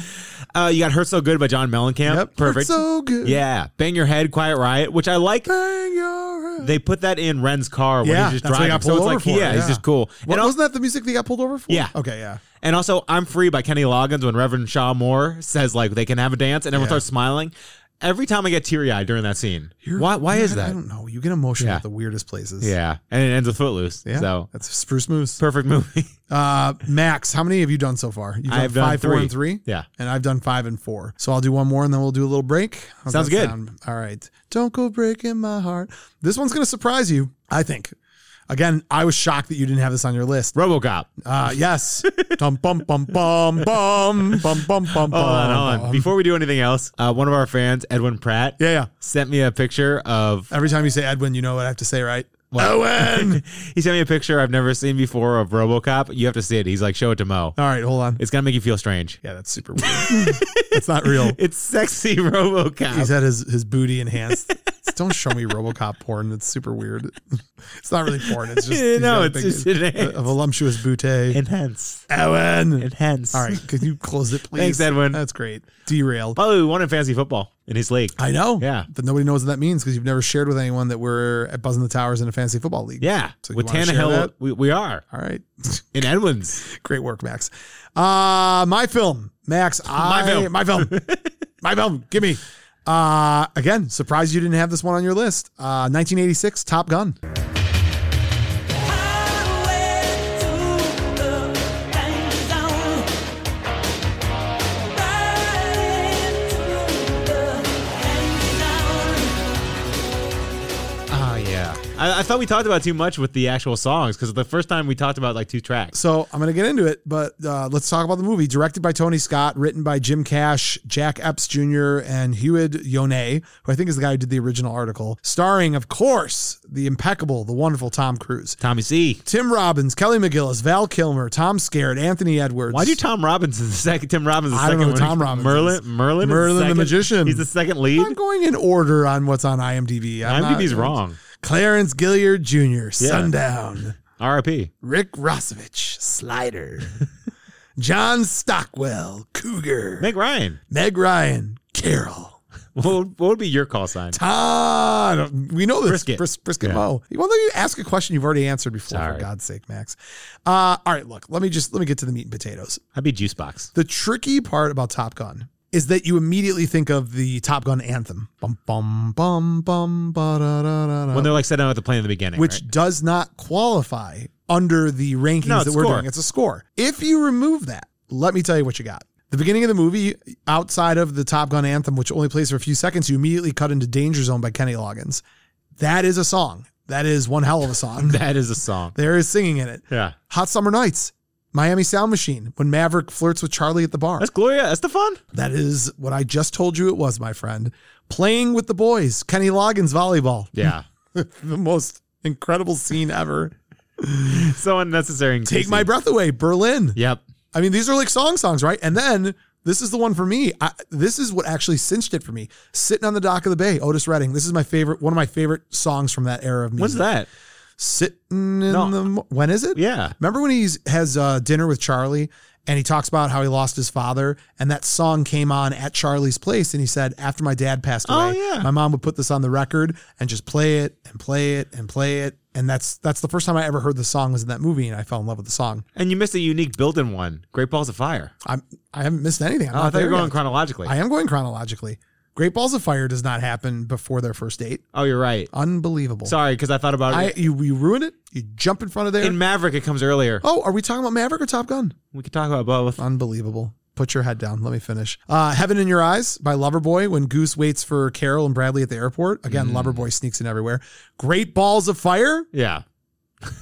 Speaker 2: Uh, you got Hurt So Good by John Mellencamp.
Speaker 1: Yep.
Speaker 2: Perfect.
Speaker 1: It's so good.
Speaker 2: Yeah. Bang Your Head, Quiet Riot, which I like.
Speaker 1: Bang your head.
Speaker 2: They put that in Ren's car when
Speaker 1: yeah,
Speaker 2: he's just
Speaker 1: that's what he
Speaker 2: driving.
Speaker 1: got
Speaker 2: So
Speaker 1: pulled
Speaker 2: it's
Speaker 1: over for.
Speaker 2: like, yeah, he's just cool.
Speaker 1: What,
Speaker 2: and, al-
Speaker 1: wasn't that the music that he got pulled over for?
Speaker 2: Yeah.
Speaker 1: Okay. Yeah.
Speaker 2: and also, I'm Free by Kenny Loggins when Reverend Shaw Moore says, like, they can have a dance and everyone
Speaker 1: Yeah.
Speaker 2: starts smiling. Every time I get teary eyed during that scene.
Speaker 1: You're-
Speaker 2: why why is
Speaker 1: I- I
Speaker 2: that?
Speaker 1: don't know. You get emotional
Speaker 2: Yeah.
Speaker 1: at the weirdest places.
Speaker 2: Yeah. And it ends with Footloose.
Speaker 1: Yeah.
Speaker 2: So,
Speaker 1: that's Spruce Moose.
Speaker 2: perfect movie.
Speaker 1: Uh, Max, how many have you done so far? You've
Speaker 2: I've done
Speaker 1: five, four, and
Speaker 2: three.
Speaker 1: three.
Speaker 2: Yeah.
Speaker 1: And I've done five and four. So I'll do one more and then we'll do a little break. How's
Speaker 2: Sounds
Speaker 1: that
Speaker 2: good.
Speaker 1: sound? All right. Don't go breaking my heart. This one's going to surprise you, I think. Again, I was shocked that you didn't have this on your list.
Speaker 2: Robocop.
Speaker 1: Uh, yes. Dum bum bum bum bum bum bum bum bum.
Speaker 2: Hold on, hold on.
Speaker 1: bum.
Speaker 2: Before we do anything else, uh, one of our fans, Edwin Pratt,
Speaker 1: um, Yeah, yeah.
Speaker 2: sent me a picture of
Speaker 1: Every time you say Edwin, you know what I have to say, right? Owen.
Speaker 2: he sent me a picture I've never seen before of RoboCop. You have to see it. He's like, show it to Mo.
Speaker 1: All right, hold on.
Speaker 2: It's gonna make you feel strange.
Speaker 1: Yeah, that's super weird. It's not real.
Speaker 2: It's sexy RoboCop.
Speaker 1: He's had his, his booty enhanced Don't show me RoboCop porn. That's super weird. It's not really porn. It's just
Speaker 2: Yeah, no,
Speaker 1: these
Speaker 2: it's
Speaker 1: other things.
Speaker 2: just- it is.
Speaker 1: a voluptuous bouquet.
Speaker 2: Enhance.
Speaker 1: Owen.
Speaker 2: Enhance.
Speaker 1: All right, could you close it, please?
Speaker 2: Thanks, Edwin.
Speaker 1: That's great. Derailed.
Speaker 2: By the way, we won in fantasy football in his league.
Speaker 1: I know.
Speaker 2: Yeah.
Speaker 1: But nobody knows what that means because you've never shared with anyone that we're at Buzzing the Towers in a fantasy football league.
Speaker 2: Yeah.
Speaker 1: So you
Speaker 2: With
Speaker 1: wanna share
Speaker 2: Tannehill,
Speaker 1: that?
Speaker 2: we, we are.
Speaker 1: All right.
Speaker 2: In Edwin's.
Speaker 1: Great work, Max. Uh my film, Max. I,
Speaker 2: film.
Speaker 1: My film. my film. Give me. Uh, again, surprised you didn't have this one on your list. Uh, 1986, Top Gun. Ah,
Speaker 2: Oh, yeah. I, I thought we talked about too much with the actual songs because the first time we talked about like two tracks.
Speaker 1: So I'm going to get into it, but uh, let's talk about the movie. Directed by Tony Scott, written by Jim Cash, Jack Epps Jr., and Hewid Yonah, who I think is the guy who did the original article. Starring, of course, the impeccable, the wonderful Tom Cruise.
Speaker 2: Tommy C.
Speaker 1: Tim Robbins, Kelly McGillis, Val Kilmer, Tom Scared, Anthony Edwards.
Speaker 2: Why do Tom Robbins is the second? Tim Robbins is the
Speaker 1: I don't
Speaker 2: second.
Speaker 1: know who
Speaker 2: one.
Speaker 1: Tom Robbins
Speaker 2: Merlin,
Speaker 1: is.
Speaker 2: Merlin, is
Speaker 1: Merlin the
Speaker 2: second-
Speaker 1: Magician.
Speaker 2: He's the second
Speaker 1: I'm
Speaker 2: lead.
Speaker 1: going in order on what's on IMDb. I'm not-
Speaker 2: IMDb's wrong.
Speaker 1: Clarence Gilliard Jr., Sundown.
Speaker 2: R.I.P.
Speaker 1: Rick Rossovich, Slider. John Stockwell, Cougar.
Speaker 2: Meg Ryan.
Speaker 1: Meg Ryan, Carol.
Speaker 2: What would, what would be your call sign?
Speaker 1: Todd, we know this.
Speaker 2: Brisket.
Speaker 1: Bris- brisket
Speaker 2: Yeah.
Speaker 1: Mo. Well, then you ask a question you've already answered before. For
Speaker 2: Sorry.
Speaker 1: God's sake, Max. Uh, all right, look. Let me just let me get to the meat and potatoes.
Speaker 2: I'd be Juicebox.
Speaker 1: The tricky part about Top Gun is that you immediately think of the Top Gun anthem. Bum bum bum bum ba da da da
Speaker 2: When
Speaker 1: da.
Speaker 2: they're like setting out the plane in the beginning.
Speaker 1: Which
Speaker 2: right?
Speaker 1: does not qualify under the rankings
Speaker 2: No, it's
Speaker 1: that we're
Speaker 2: score.
Speaker 1: doing. It's a score. If you remove that, let me tell you what you got. The beginning of the movie, outside of the Top Gun anthem, which only plays for a few seconds, you immediately cut into Danger Zone by Kenny Loggins. That is a song. That is one hell of a song.
Speaker 2: that is a song.
Speaker 1: there is singing in it.
Speaker 2: Yeah.
Speaker 1: Hot Summer Nights, Miami Sound Machine, when Maverick flirts with Charlie at the bar.
Speaker 2: That's Gloria Estefan?
Speaker 1: That is what I just told you it was, my friend. Playing with the boys, Kenny Loggins volleyball.
Speaker 2: Yeah.
Speaker 1: The most incredible scene ever.
Speaker 2: so unnecessary. and
Speaker 1: Take
Speaker 2: greasy.
Speaker 1: my breath away, Berlin.
Speaker 2: Yep.
Speaker 1: I mean, these are like song songs, right? And then this is the one for me. I, this is what actually cinched it for me. Sitting on the dock of the bay, Otis Redding. This is my favorite, one of my favorite songs from that era of music.
Speaker 2: What's that?
Speaker 1: Sitting in the mo- when is it?
Speaker 2: Yeah.
Speaker 1: Remember when he has uh, dinner with Charlie and he talks about how he lost his father and that song came on at Charlie's place and he said, after my dad passed
Speaker 2: Oh,
Speaker 1: away,
Speaker 2: yeah.
Speaker 1: my mom would put this on the record and just play it and play it and play it. And that's that's the first time I ever heard the song was in that movie and I fell in love with the song.
Speaker 2: And you missed a unique built-in one. Great Balls of Fire.
Speaker 1: I'm I haven't missed anything. I'm
Speaker 2: Oh,
Speaker 1: not
Speaker 2: I thought you
Speaker 1: Oh, there
Speaker 2: were going
Speaker 1: yet.
Speaker 2: chronologically.
Speaker 1: I am going chronologically. Great Balls of Fire does not happen before their first date.
Speaker 2: oh, you're right.
Speaker 1: Unbelievable.
Speaker 2: Sorry, because I thought about
Speaker 1: Oh. I
Speaker 2: it.
Speaker 1: you you ruin it. You jump in front of there.
Speaker 2: In Maverick, it comes earlier.
Speaker 1: oh, are we talking about Maverick or Top Gun?
Speaker 2: We could talk about both.
Speaker 1: Unbelievable. Put your head down. Let me finish. Uh, Heaven in Your Eyes by Loverboy when Goose waits for Carol and Bradley at the airport. Again,
Speaker 2: Mm.
Speaker 1: Loverboy sneaks in everywhere. Great Balls of Fire.
Speaker 2: Yeah.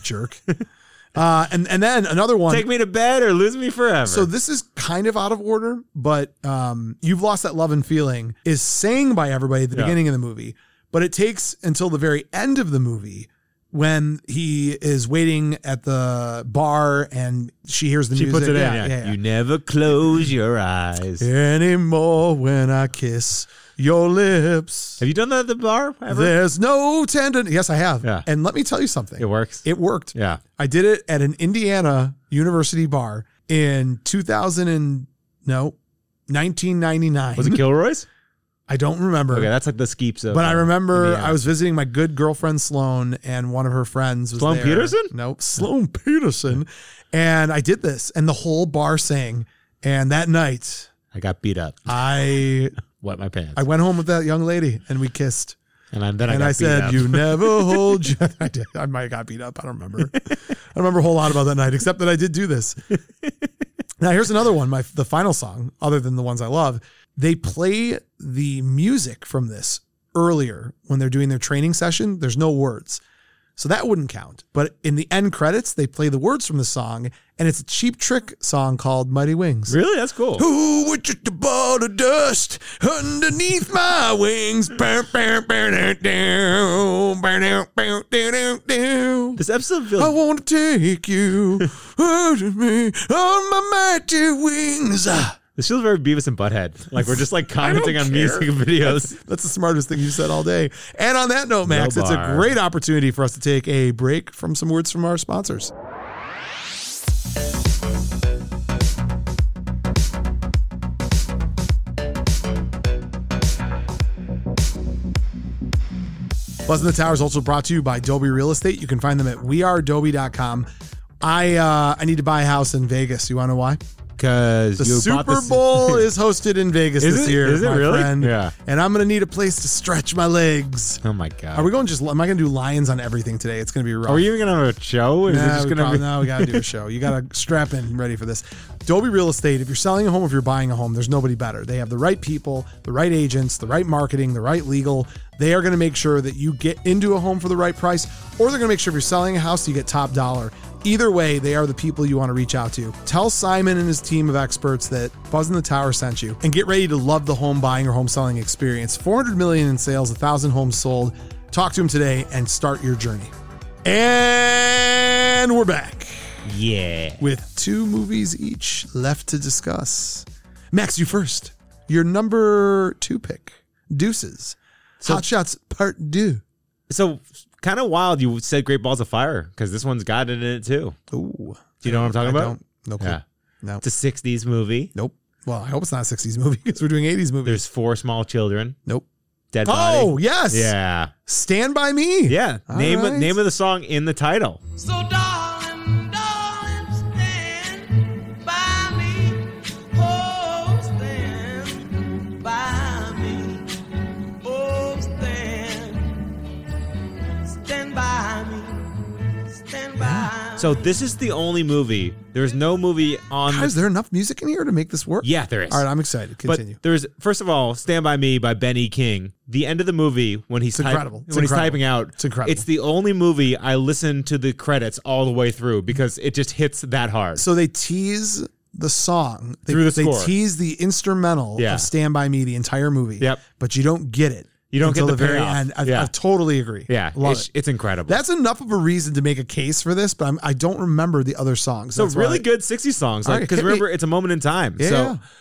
Speaker 1: Jerk. uh, and, and then another one.
Speaker 2: Take me to bed or lose me forever.
Speaker 1: so this is kind of out of order, but um, You've Lost That Love and Feeling is sang by everybody at the
Speaker 2: Yeah.
Speaker 1: beginning of the movie, but it takes until the very end of the movie when he is waiting at the bar and she hears the
Speaker 2: she
Speaker 1: music.
Speaker 2: puts it
Speaker 1: Yeah,
Speaker 2: in. Yeah.
Speaker 1: yeah, yeah.
Speaker 2: You never close your eyes.
Speaker 1: anymore when I kiss your lips.
Speaker 2: Have you done that at the bar ever?
Speaker 1: There's no tenderness. Yes, I have.
Speaker 2: Yeah.
Speaker 1: And let me tell you something.
Speaker 2: It works.
Speaker 1: It worked.
Speaker 2: yeah.
Speaker 1: I did it at an Indiana University bar in 2000 and no, 1999.
Speaker 2: Was it Kilroy's?
Speaker 1: I don't remember.
Speaker 2: Okay, that's like the skeeps of.
Speaker 1: but I
Speaker 2: uh,
Speaker 1: remember
Speaker 2: Indiana.
Speaker 1: I was visiting my good girlfriend Sloan, and one of her friends was
Speaker 2: Sloan
Speaker 1: there.
Speaker 2: Peterson?
Speaker 1: Nope, Sloan Peterson. And I did this, and the whole bar sang. And that night,
Speaker 2: I got beat up.
Speaker 1: I
Speaker 2: Wet my pants.
Speaker 1: I went home with that young lady and we kissed.
Speaker 2: and I, then I
Speaker 1: And
Speaker 2: got
Speaker 1: I,
Speaker 2: beat
Speaker 1: said,
Speaker 2: up.
Speaker 1: You never hold your I did. I might have got beat up. I don't remember. I don't remember a whole lot about that night, except that I did do this. now here's another one, my the final song, other than the ones I love. They play the music from this earlier when they're doing their training session. There's no words. So that wouldn't count. But in the end credits, they play the words from the song, and it's a cheap trick song called Mighty Wings.
Speaker 2: Really? That's cool.
Speaker 1: Who would you the ball of dust underneath my wings? Bow, bow, bow, dow, dow, bow, dow, bow, dow, dow, dow.
Speaker 2: This episode feels.
Speaker 1: I want to take you under me on my mighty wings. Ah,
Speaker 2: This feels very Beavis and Butthead. Like we're just like
Speaker 1: don't
Speaker 2: commenting on
Speaker 1: care.
Speaker 2: music videos.
Speaker 1: That's the smartest thing you've said all day. And on that note, Max, it's a
Speaker 2: bar.
Speaker 1: great opportunity for us to take a break from some words from our sponsors. Buzz in the Tower is also brought to you by Dolby Real Estate. You can find them at weareadobe.com. I uh, I need to buy a house in Vegas. You want to know why?
Speaker 2: Because
Speaker 1: The Super Bowl is hosted in Vegas
Speaker 2: Is
Speaker 1: this
Speaker 2: it?
Speaker 1: year.
Speaker 2: Is it
Speaker 1: my
Speaker 2: really?
Speaker 1: Friend.
Speaker 2: Yeah.
Speaker 1: And I'm gonna need a place to stretch my legs.
Speaker 2: Oh my god.
Speaker 1: Are we going just? Am I gonna do lions on everything today? It's gonna be rough.
Speaker 2: Are we even gonna have a show? Is
Speaker 1: Nah,
Speaker 2: it just
Speaker 1: we
Speaker 2: gonna
Speaker 1: probably-
Speaker 2: be-
Speaker 1: no, we gotta do a show. You gotta strap in, ready for this. Dolby Real Estate. If you're selling a home, if you're buying a home, there's nobody better. They have the right people, the right agents, the right marketing, the right legal. They are gonna make sure that you get into a home for the right price, or they're gonna make sure if you're selling a house, you get top dollar. Either way, they are the people you want to reach out to. Tell Simon and his team of experts that Buzz in the Tower sent you, and get ready to love the home buying or home selling experience. 400 million in sales, 1,000 homes sold. Talk to him today and start your journey. And we're back
Speaker 2: Yeah.
Speaker 1: with two movies each left to discuss. Max, you first. Your number two pick, Deuces. Hot Shots Part 2.
Speaker 2: So kind of wild. You said Great Balls of Fire because this one's got it in it too.
Speaker 1: Ooh.
Speaker 2: Do you know what I'm talking
Speaker 1: I
Speaker 2: about?
Speaker 1: don't. No clue.
Speaker 2: Yeah.
Speaker 1: No.
Speaker 2: It's a '60s movie.
Speaker 1: nope. Well, I hope it's not a 60s movie because we're doing 80s movies.
Speaker 2: There's four small children.
Speaker 1: nope.
Speaker 2: Dead
Speaker 1: Oh,
Speaker 2: body.
Speaker 1: yes.
Speaker 2: Yeah.
Speaker 1: Stand By Me.
Speaker 2: Yeah.
Speaker 1: All
Speaker 2: name
Speaker 1: right.
Speaker 2: name of the song in the title.
Speaker 4: So darling, darling, stand by me. Oh, stand by me. Oh, stand, stand by me. Stand by me.
Speaker 2: So this is the only movie. There's no movie on.
Speaker 1: How,
Speaker 2: the-
Speaker 1: Is there enough music in here to make this work?
Speaker 2: yeah, there is.
Speaker 1: All right, I'm excited. Continue.
Speaker 2: But there's first of all, "Stand by Me" by Benny King. The end of the movie when he's
Speaker 1: It's incredible. It's
Speaker 2: when he's
Speaker 1: incredible.
Speaker 2: typing out.
Speaker 1: It's incredible.
Speaker 2: It's the only movie I listen to the credits all the way through because it just hits that hard.
Speaker 1: so they tease the song they,
Speaker 2: Through the
Speaker 1: they
Speaker 2: score.
Speaker 1: tease the instrumental
Speaker 2: Yeah.
Speaker 1: of Stand By Me the entire movie.
Speaker 2: Yep.
Speaker 1: But you don't get it.
Speaker 2: You don't get
Speaker 1: until
Speaker 2: the
Speaker 1: very
Speaker 2: payoff.
Speaker 1: end. I,
Speaker 2: Yeah.
Speaker 1: I totally agree.
Speaker 2: yeah,
Speaker 1: Love
Speaker 2: it's,
Speaker 1: it.
Speaker 2: it's incredible.
Speaker 1: That's enough of a reason to make a case for this, but I'm, I don't remember the other songs.
Speaker 2: so
Speaker 1: That's
Speaker 2: really
Speaker 1: why-
Speaker 2: good 60 songs
Speaker 1: All right,
Speaker 2: like because
Speaker 1: hit me.
Speaker 2: remember it's a moment in time
Speaker 1: Yeah.
Speaker 2: so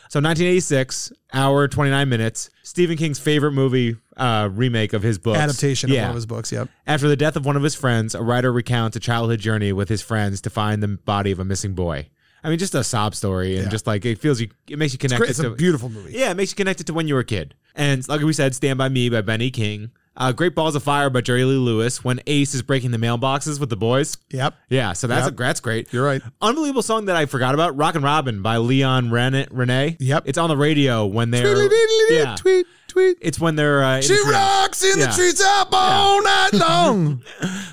Speaker 2: so 1986 hour 29 minutes stephen king's favorite movie uh remake of his book
Speaker 1: adaptation of
Speaker 2: yeah
Speaker 1: one of his books. Yep.
Speaker 2: after the death of one of his friends a writer recounts a childhood journey with his friends to find the body of a missing boy i mean just a sob story and
Speaker 1: Yeah.
Speaker 2: just like it feels you it makes you connect
Speaker 1: Great.
Speaker 2: it
Speaker 1: It's
Speaker 2: to
Speaker 1: a beautiful movie.
Speaker 2: yeah, it makes you connected to when you were a kid. And like we said, Stand By Me by Benny King. Uh, Great Balls of Fire by Jerry Lee Lewis when Ace is breaking the mailboxes with the boys.
Speaker 1: Yep.
Speaker 2: Yeah, so that's
Speaker 1: Yep.
Speaker 2: that's great.
Speaker 1: You're right.
Speaker 2: Unbelievable song that I forgot about, Rock and Robin by Leon Ren- Renee.
Speaker 1: Yep.
Speaker 2: It's on the radio when they're yeah.
Speaker 1: Tweet, tweet.
Speaker 2: It's when they're uh, in
Speaker 1: She
Speaker 2: the trees.
Speaker 1: rocks in the
Speaker 2: Yeah.
Speaker 1: trees up all night long,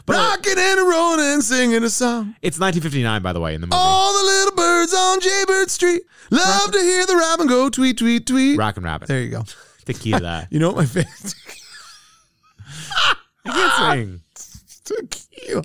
Speaker 1: rocking and rolling and singing a song.
Speaker 2: It's 1959 by the way in the movie.
Speaker 1: All the little birds on Jaybird Street love to hear the robin go tweet, tweet, tweet.
Speaker 2: Rock and Robin.
Speaker 1: There you go.
Speaker 2: Tequila.
Speaker 1: You know what my favorite
Speaker 2: I
Speaker 1: Ah!
Speaker 2: can't sing.
Speaker 1: tequila.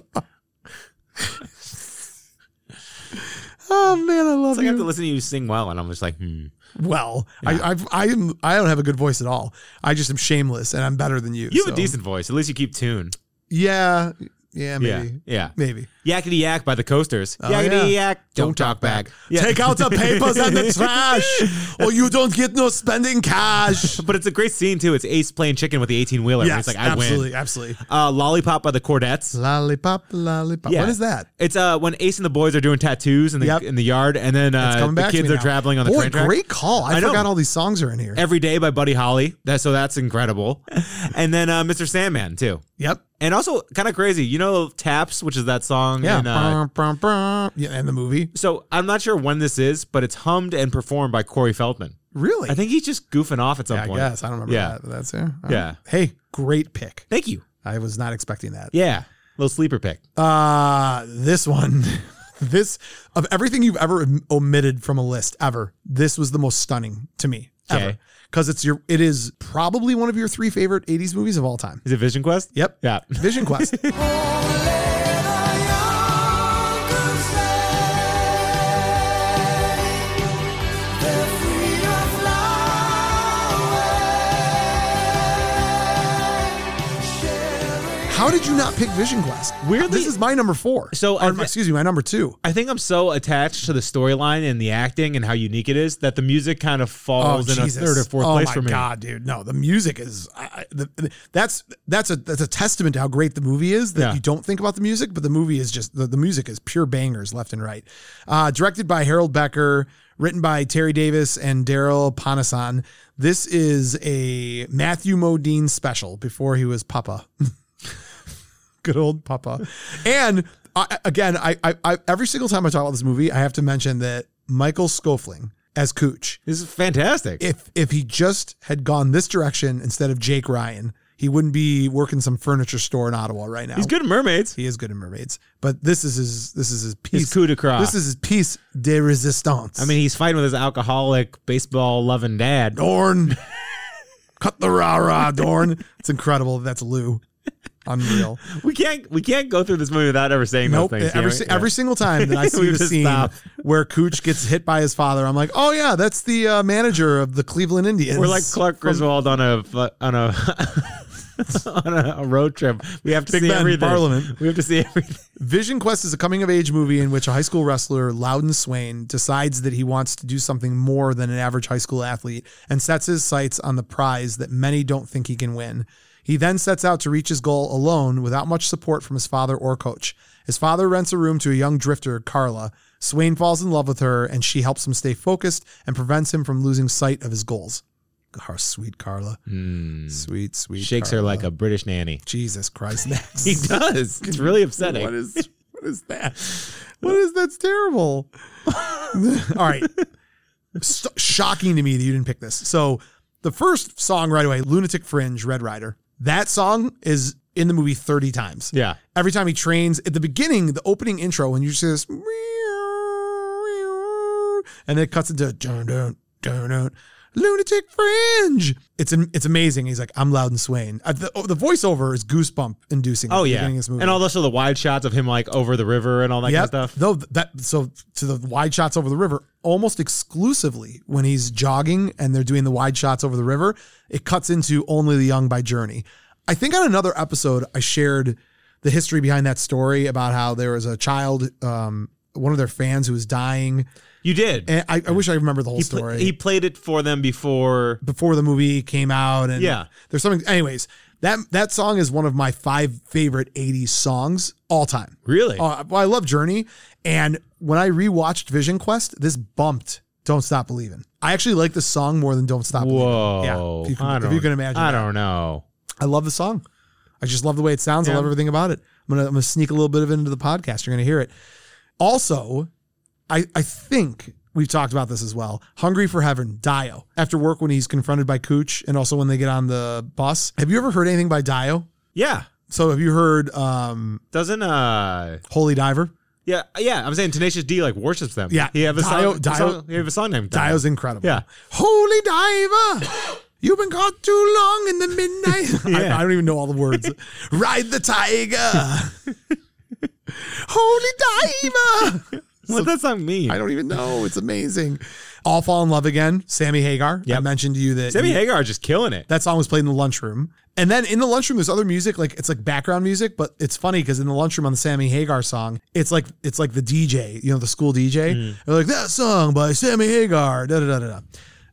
Speaker 1: oh man, I love
Speaker 2: It's like I have to
Speaker 1: you.
Speaker 2: listen to you sing well and I'm just like, hmm.
Speaker 1: well, I, I've, I am I don't have a good voice at all. I just am shameless, and I'm better than you.
Speaker 2: You have
Speaker 1: so-
Speaker 2: a decent voice. At least you keep tune.
Speaker 1: Yeah, yeah, maybe,
Speaker 2: Yeah. Yeah.
Speaker 1: maybe.
Speaker 2: Yakety yak by the coasters.
Speaker 1: Oh,
Speaker 2: Yakety
Speaker 1: yeah.
Speaker 2: yak. Don't talk back. Yeah.
Speaker 1: Take out the papers and the trash, or you don't get no spending cash.
Speaker 2: but it's a great scene too. It's Ace playing chicken with the 18 wheeler.
Speaker 1: yes,
Speaker 2: it's like I
Speaker 1: absolutely,
Speaker 2: win.
Speaker 1: absolutely.
Speaker 2: Uh, Lollipop by the Cordettes.
Speaker 1: Lollipop, lollipop.
Speaker 2: Yeah.
Speaker 1: What is that?
Speaker 2: It's uh when Ace and the boys are doing tattoos in the
Speaker 1: Yep.
Speaker 2: in the yard, and then
Speaker 1: It's
Speaker 2: uh,
Speaker 1: coming
Speaker 2: the
Speaker 1: back. to
Speaker 2: kids
Speaker 1: me
Speaker 2: are
Speaker 1: now.
Speaker 2: traveling on the
Speaker 1: Boy,
Speaker 2: train track.
Speaker 1: Great call. I,
Speaker 2: I know.
Speaker 1: forgot all these songs are in here.
Speaker 2: Every day by Buddy Holly. That so that's incredible. and then uh, Mr. Sandman too.
Speaker 1: yep.
Speaker 2: And also kind of crazy, you know, Taps, which is that song.
Speaker 1: Yeah. Uh-huh.
Speaker 2: in, uh,
Speaker 1: Brum, brum, brum. yeah. And the movie.
Speaker 2: so I'm not sure when this is, but it's hummed and performed by Corey Feldman.
Speaker 1: Really?
Speaker 2: I think he's just goofing off at some
Speaker 1: Yeah, I
Speaker 2: point.
Speaker 1: guess. I don't remember
Speaker 2: Yeah.
Speaker 1: that. But that's yeah. Uh-huh.
Speaker 2: Yeah.
Speaker 1: Hey, great pick.
Speaker 2: Thank you.
Speaker 1: I was not expecting that.
Speaker 2: Yeah. Little sleeper pick.
Speaker 1: Uh this one. this of everything you've ever om- omitted from a list ever, this was the most stunning to me ever.
Speaker 2: Okay.
Speaker 1: Because it's your it is probably one of your three favorite 80s movies of all time.
Speaker 2: Is it Vision Quest?
Speaker 1: Yep.
Speaker 2: Yeah.
Speaker 1: Vision Quest. How did you not pick Vision Quest?
Speaker 2: Weirdly-
Speaker 1: this is my number four.
Speaker 2: So,
Speaker 1: Or,
Speaker 2: I-
Speaker 1: excuse me, my number two.
Speaker 2: I think I'm so attached to the storyline and the acting and how unique it is that the music kind of falls in a third or fourth
Speaker 1: oh
Speaker 2: place
Speaker 1: my
Speaker 2: for me.
Speaker 1: god, dude! No, the music is I I- the, the- that's that's a that's a testament to how great the movie is. That
Speaker 2: Yeah.
Speaker 1: you don't think about the music, but the movie is just the, the music is pure bangers left and right. Uh, directed by Harold Becker, written by Terry Davis and Daryl Panasan. This is a Matthew Modine special before he was Papa. good old Papa. And I, again, I, I, I every single time I talk about this movie, I have to mention that Michael Scofling as Cooch
Speaker 2: This is fantastic.
Speaker 1: if if he just had gone this direction instead of Jake Ryan, he wouldn't be working some furniture store in Ottawa right now.
Speaker 2: He's good at mermaids.
Speaker 1: He is good in mermaids, but this is his this is his piece
Speaker 2: coup de grace.
Speaker 1: This is his piece de resistance.
Speaker 2: I mean, he's fighting with his alcoholic, baseball loving dad.
Speaker 1: Dorn, cut the rah rah, Dorn. It's incredible. That's Lou. Unreal.
Speaker 2: We can't we can't go through this movie without ever saying
Speaker 1: Nope.
Speaker 2: those things.
Speaker 1: every
Speaker 2: yeah,
Speaker 1: si-
Speaker 2: yeah.
Speaker 1: every single time that I see
Speaker 2: We've
Speaker 1: the
Speaker 2: just
Speaker 1: scene
Speaker 2: stopped.
Speaker 1: where Cooch gets hit by his father, I'm like, oh yeah, that's the uh, manager of the Cleveland Indians.
Speaker 2: we're like Clark Griswold on a fu- on a on a, a road trip. We have to
Speaker 1: Big
Speaker 2: see
Speaker 1: Ben,
Speaker 2: everything.
Speaker 1: Parliament.
Speaker 2: We have to see everything.
Speaker 1: Vision Quest is a coming of age movie in which a high school wrestler, Loudon Swain, decides that he wants to do something more than an average high school athlete and sets his sights on the prize that many don't think he can win. He then sets out to reach his goal alone without much support from his father or coach. His father rents a room to a young drifter, Carla. Swain falls in love with her and she helps him stay focused and prevents him from losing sight of his goals. Oh, sweet Carla. Sweet, sweet.
Speaker 2: Hmm. Shakes her
Speaker 1: Carla.
Speaker 2: like a British nanny.
Speaker 1: Jesus Christ. Next.
Speaker 2: He does. It's really upsetting.
Speaker 1: What is what is that? What is that's terrible. All right. St- shocking to me that you didn't pick this. So the first song right away, Lunatic Fringe, Red Rider. That song is in the movie 30 times.
Speaker 2: Yeah.
Speaker 1: Every time he trains, at the beginning, the opening intro, when you just hear this, and then it cuts into dun dun dun dun. Lunatic Fringe. It's am- it's amazing. He's like, I'm Loudon Swain. Uh, the, oh, the voiceover is goosebump inducing.
Speaker 2: Oh yeah, and all also the wide shots of him like over the river and all that
Speaker 1: yeah,
Speaker 2: kind of stuff.
Speaker 1: Though that so to the wide shots over the river almost exclusively when he's jogging and they're doing the wide shots over the river, it cuts into only the young by journey. I think on another episode I shared the history behind that story about how there was a child, um, one of their fans who was dying,
Speaker 2: You did.
Speaker 1: and I, I wish I remember the whole
Speaker 2: he, pla-
Speaker 1: story
Speaker 2: he played it for them before.
Speaker 1: before the movie came out and
Speaker 2: Yeah.
Speaker 1: there's something anyways that that song is one of my five favorite 80s songs all time
Speaker 2: Really?
Speaker 1: Uh, well, i love journey and when i rewatched vision quest this bumped don't stop believing i actually like this song more than don't stop Believin'.
Speaker 2: Whoa!
Speaker 1: if you can-
Speaker 2: I
Speaker 1: if
Speaker 2: don't-
Speaker 1: you can imagine
Speaker 2: I
Speaker 1: that.
Speaker 2: don't know.
Speaker 1: i love the song i just love the way it sounds i
Speaker 2: Yeah.
Speaker 1: love everything about it i'm gonna i'm gonna sneak a little bit of it into the podcast you're gonna hear it also I, I think we've talked about this as well. Hungry for Heaven, Dio. After work when he's confronted by Cooch and also when they get on the bus. Have you ever heard anything by Dio?
Speaker 2: Yeah.
Speaker 1: So have you heard um,
Speaker 2: Doesn't uh
Speaker 1: Holy Diver?
Speaker 2: yeah yeah I'm saying Tenacious D like worships them.
Speaker 1: Yeah.
Speaker 2: He have a
Speaker 1: Dio-
Speaker 2: song.
Speaker 1: Dio-
Speaker 2: song- he have a song named Dio.
Speaker 1: Dio's incredible.
Speaker 2: Yeah.
Speaker 1: Holy Diver! You've been caught too long in the midnight.
Speaker 2: Yeah.
Speaker 1: I, I don't even know all the words. Ride the tiger. Holy Diver!
Speaker 2: What does that song mean?
Speaker 1: I don't even know. It's amazing. All Fall in Love Again, Sammy Hagar. I
Speaker 2: Yep.
Speaker 1: mentioned to you that
Speaker 2: Sammy
Speaker 1: you-
Speaker 2: Hagar is just killing it.
Speaker 1: That song was played in the lunchroom. And then in the lunchroom, there's other music, like it's like background music, but it's funny because in the lunchroom on the Sammy Hagar song, it's like it's like the DJ, you know, the school DJ.
Speaker 2: Mm.
Speaker 1: They're like, that song by Sammy Hagar. Da, da, da, da,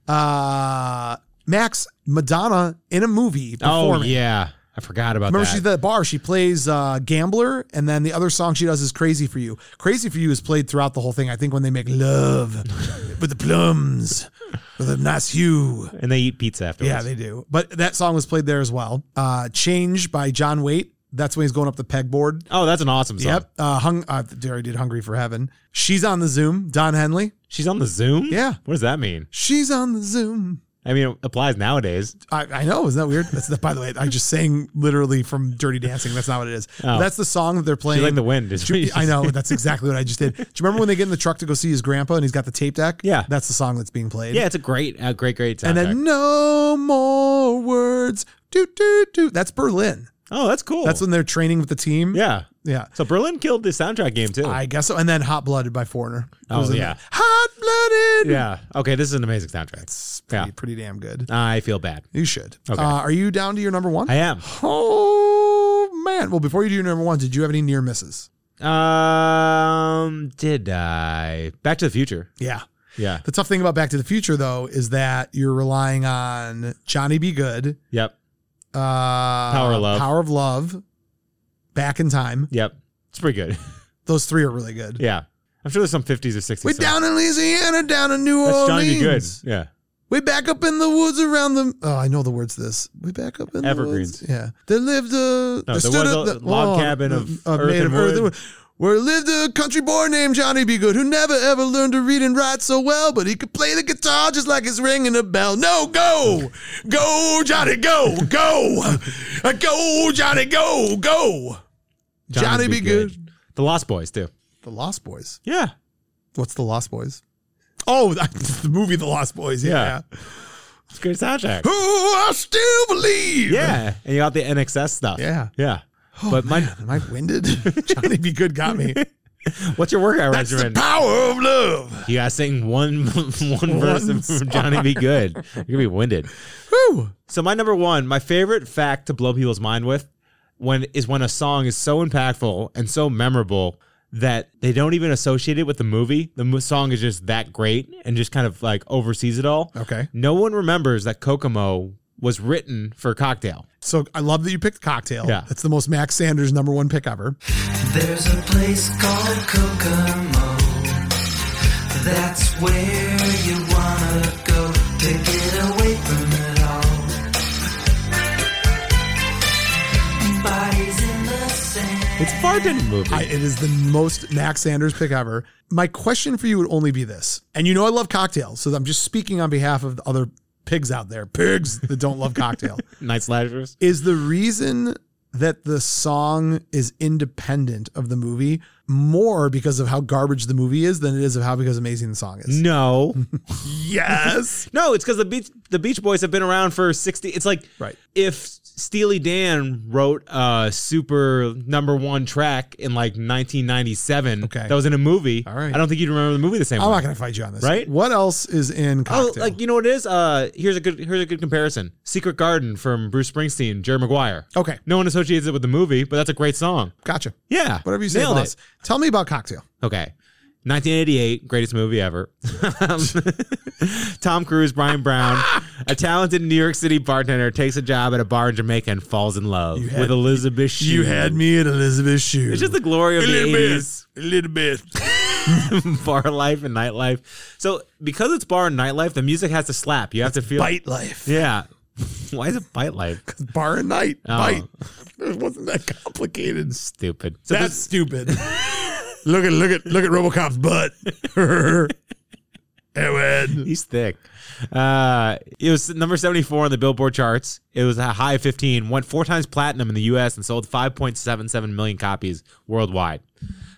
Speaker 1: da. Uh, Max Madonna in a movie
Speaker 2: oh
Speaker 1: performing.
Speaker 2: yeah, I forgot about
Speaker 1: Remember
Speaker 2: that.
Speaker 1: she's at the bar. She plays uh, Gambler, and then the other song she does is Crazy for You. Crazy for You is played throughout the whole thing. I think when they make love with the plums, with a nice hue.
Speaker 2: and they eat pizza afterwards.
Speaker 1: Yeah, they do. But that song was played there as well. Uh, Change by John Waite. That's when he's going up the pegboard.
Speaker 2: oh, that's an awesome song.
Speaker 1: Yep. Uh, hung. Uh, Derry did "Hungry for Heaven." She's on the Zoom. Don Henley.
Speaker 2: She's on the Zoom.
Speaker 1: Yeah.
Speaker 2: What does that mean?
Speaker 1: She's on the Zoom.
Speaker 2: I mean, it applies nowadays.
Speaker 1: I, I know. Isn't that weird? That's the, by the way. I just sang literally from Dirty Dancing. That's not what it is.
Speaker 2: Oh.
Speaker 1: That's the song that they're playing.
Speaker 2: She's like the wind. is what you
Speaker 1: I
Speaker 2: just-
Speaker 1: know. That's exactly what I just did. Do you remember when they get in the truck to go see his grandpa and he's got the tape deck?
Speaker 2: Yeah.
Speaker 1: That's the song that's being played.
Speaker 2: Yeah, it's a great, a great, great soundtrack.
Speaker 1: And then no more words. Do do do. That's Berlin.
Speaker 2: oh, that's cool.
Speaker 1: That's when they're training with the team.
Speaker 2: Yeah.
Speaker 1: Yeah.
Speaker 2: So Berlin killed the soundtrack game too.
Speaker 1: I guess so. And then Hot Blooded by Foreigner. It
Speaker 2: Oh,
Speaker 1: was in
Speaker 2: yeah.
Speaker 1: there. Hot Blooded.
Speaker 2: yeah. Okay, this is an amazing soundtrack.
Speaker 1: It's pretty,
Speaker 2: Yeah.
Speaker 1: pretty damn good.
Speaker 2: I feel bad.
Speaker 1: You should.
Speaker 2: Okay.
Speaker 1: Uh, are you down to your number one?
Speaker 2: I am.
Speaker 1: Oh, man. Well, before you do your number one, did you have any near misses?
Speaker 2: Um, did I? Back to the Future.
Speaker 1: Yeah.
Speaker 2: Yeah.
Speaker 1: The tough thing about Back to the Future, though, is that you're relying on Johnny Be Good,
Speaker 2: Yep.
Speaker 1: uh, Power
Speaker 2: of Love.
Speaker 1: Power of Love, Back in Time.
Speaker 2: Yep. It's pretty good.
Speaker 1: Those three are really good.
Speaker 2: yeah. I'm sure there's some 50s or 60s.
Speaker 1: We're
Speaker 2: songs.
Speaker 1: down in Louisiana, down in New
Speaker 2: That's Johnny B. Good.
Speaker 1: Orleans.
Speaker 2: Yeah.
Speaker 1: Way back up in the woods around the. Oh, I know the words. to This way back up in
Speaker 2: Evergreens.
Speaker 1: The woods. Yeah, there lived a. oh,
Speaker 2: there was a log cabin of earth
Speaker 1: made
Speaker 2: and wood.
Speaker 1: where lived a country boy named Johnny B. Good, who never ever learned to read and write so well, but he could play the guitar just like it's ringing a bell. No, go, go, Johnny, go, go, Uh, go, Johnny, go, go. Johnny, B. Good.
Speaker 2: The Lost Boys, too.
Speaker 1: The Lost Boys.
Speaker 2: Yeah.
Speaker 1: What's the Lost Boys? Oh, the movie The Lost Boys.
Speaker 2: Yeah.
Speaker 1: Yeah.
Speaker 2: It's a great soundtrack.
Speaker 1: Who I still believe.
Speaker 2: yeah. And you got the NXS stuff.
Speaker 1: Yeah. Oh,
Speaker 2: Yeah. but my,
Speaker 1: Am I winded? Johnny Be Good got me.
Speaker 2: what's your workout
Speaker 1: That's the
Speaker 2: regimen?
Speaker 1: power of love.
Speaker 2: You gotta sing one one verse
Speaker 1: One
Speaker 2: of from Johnny Be Good. You're gonna be winded.
Speaker 1: Whew.
Speaker 2: So my number one, my favorite fact to blow people's mind with, when is when a song is so impactful and so memorable that they don't even associate it with the movie. The mo- song is just that great and just kind of like oversees it all.
Speaker 1: Okay.
Speaker 2: No one remembers that Kokomo was written for Cocktail.
Speaker 1: So I love that you picked Cocktail.
Speaker 2: Yeah.
Speaker 1: That's the most Max Sanders number one pick ever.
Speaker 5: There's a place called Kokomo. That's where you wanna go to get away from it all. Bodies in the sand.
Speaker 2: It's a bartending movie.
Speaker 1: I, it is the most Max Sanders pick ever. My question for you would only be this. And you know I love Cocktail, so I'm just speaking on behalf of the other pigs out there, pigs that don't love Cocktail.
Speaker 2: Night slashers.
Speaker 1: is the reason that the song is independent of the movie more because of how garbage the movie is than it is of how because amazing the song is.
Speaker 2: No,
Speaker 1: Yes.
Speaker 2: no, it's because the beach the Beach Boys have been around for sixty. It's like
Speaker 1: Right.
Speaker 2: if Steely Dan wrote a super number one track in like 1997
Speaker 1: Okay.
Speaker 2: that was in a movie.
Speaker 1: All right.
Speaker 2: I don't think you'd remember the movie the same
Speaker 1: I'm
Speaker 2: way.
Speaker 1: not going to fight you on this.
Speaker 2: Right?
Speaker 1: What else is in
Speaker 2: Oh,
Speaker 1: Cocktail?
Speaker 2: like you know what it is? Uh, here's a good here's a good comparison. Secret Garden from Bruce Springsteen, Jerry Maguire.
Speaker 1: okay.
Speaker 2: No one associates it with the movie, but that's a great song.
Speaker 1: Gotcha.
Speaker 2: Yeah,
Speaker 1: Whatever you say,
Speaker 2: Nailed
Speaker 1: boss.
Speaker 2: It.
Speaker 1: Tell me about Cocktail.
Speaker 2: Okay. 1988, greatest movie ever. Um, Tom Cruise, Brian Brown, a talented New York City bartender takes a job at a bar in Jamaica and falls in love
Speaker 1: had-
Speaker 2: with Elizabeth Shue.
Speaker 1: me at Elizabeth Shue.
Speaker 2: It's just the glory of the 80s
Speaker 1: A little bit.
Speaker 2: bar life and nightlife. So because it's bar and nightlife, the music has to slap. You have to feel
Speaker 1: Bite life.
Speaker 2: Yeah. Why is it bite life?
Speaker 1: Bar and night.
Speaker 2: Oh.
Speaker 1: Bite. It wasn't that complicated.
Speaker 2: Stupid. So
Speaker 1: That's
Speaker 2: this-
Speaker 1: stupid. look at look at look at RoboCop's butt. Edwin.
Speaker 2: He's thick. Uh, it was number 74 on the Billboard charts. It was a high of 15, went four times platinum in the US and sold 5.77 million copies worldwide.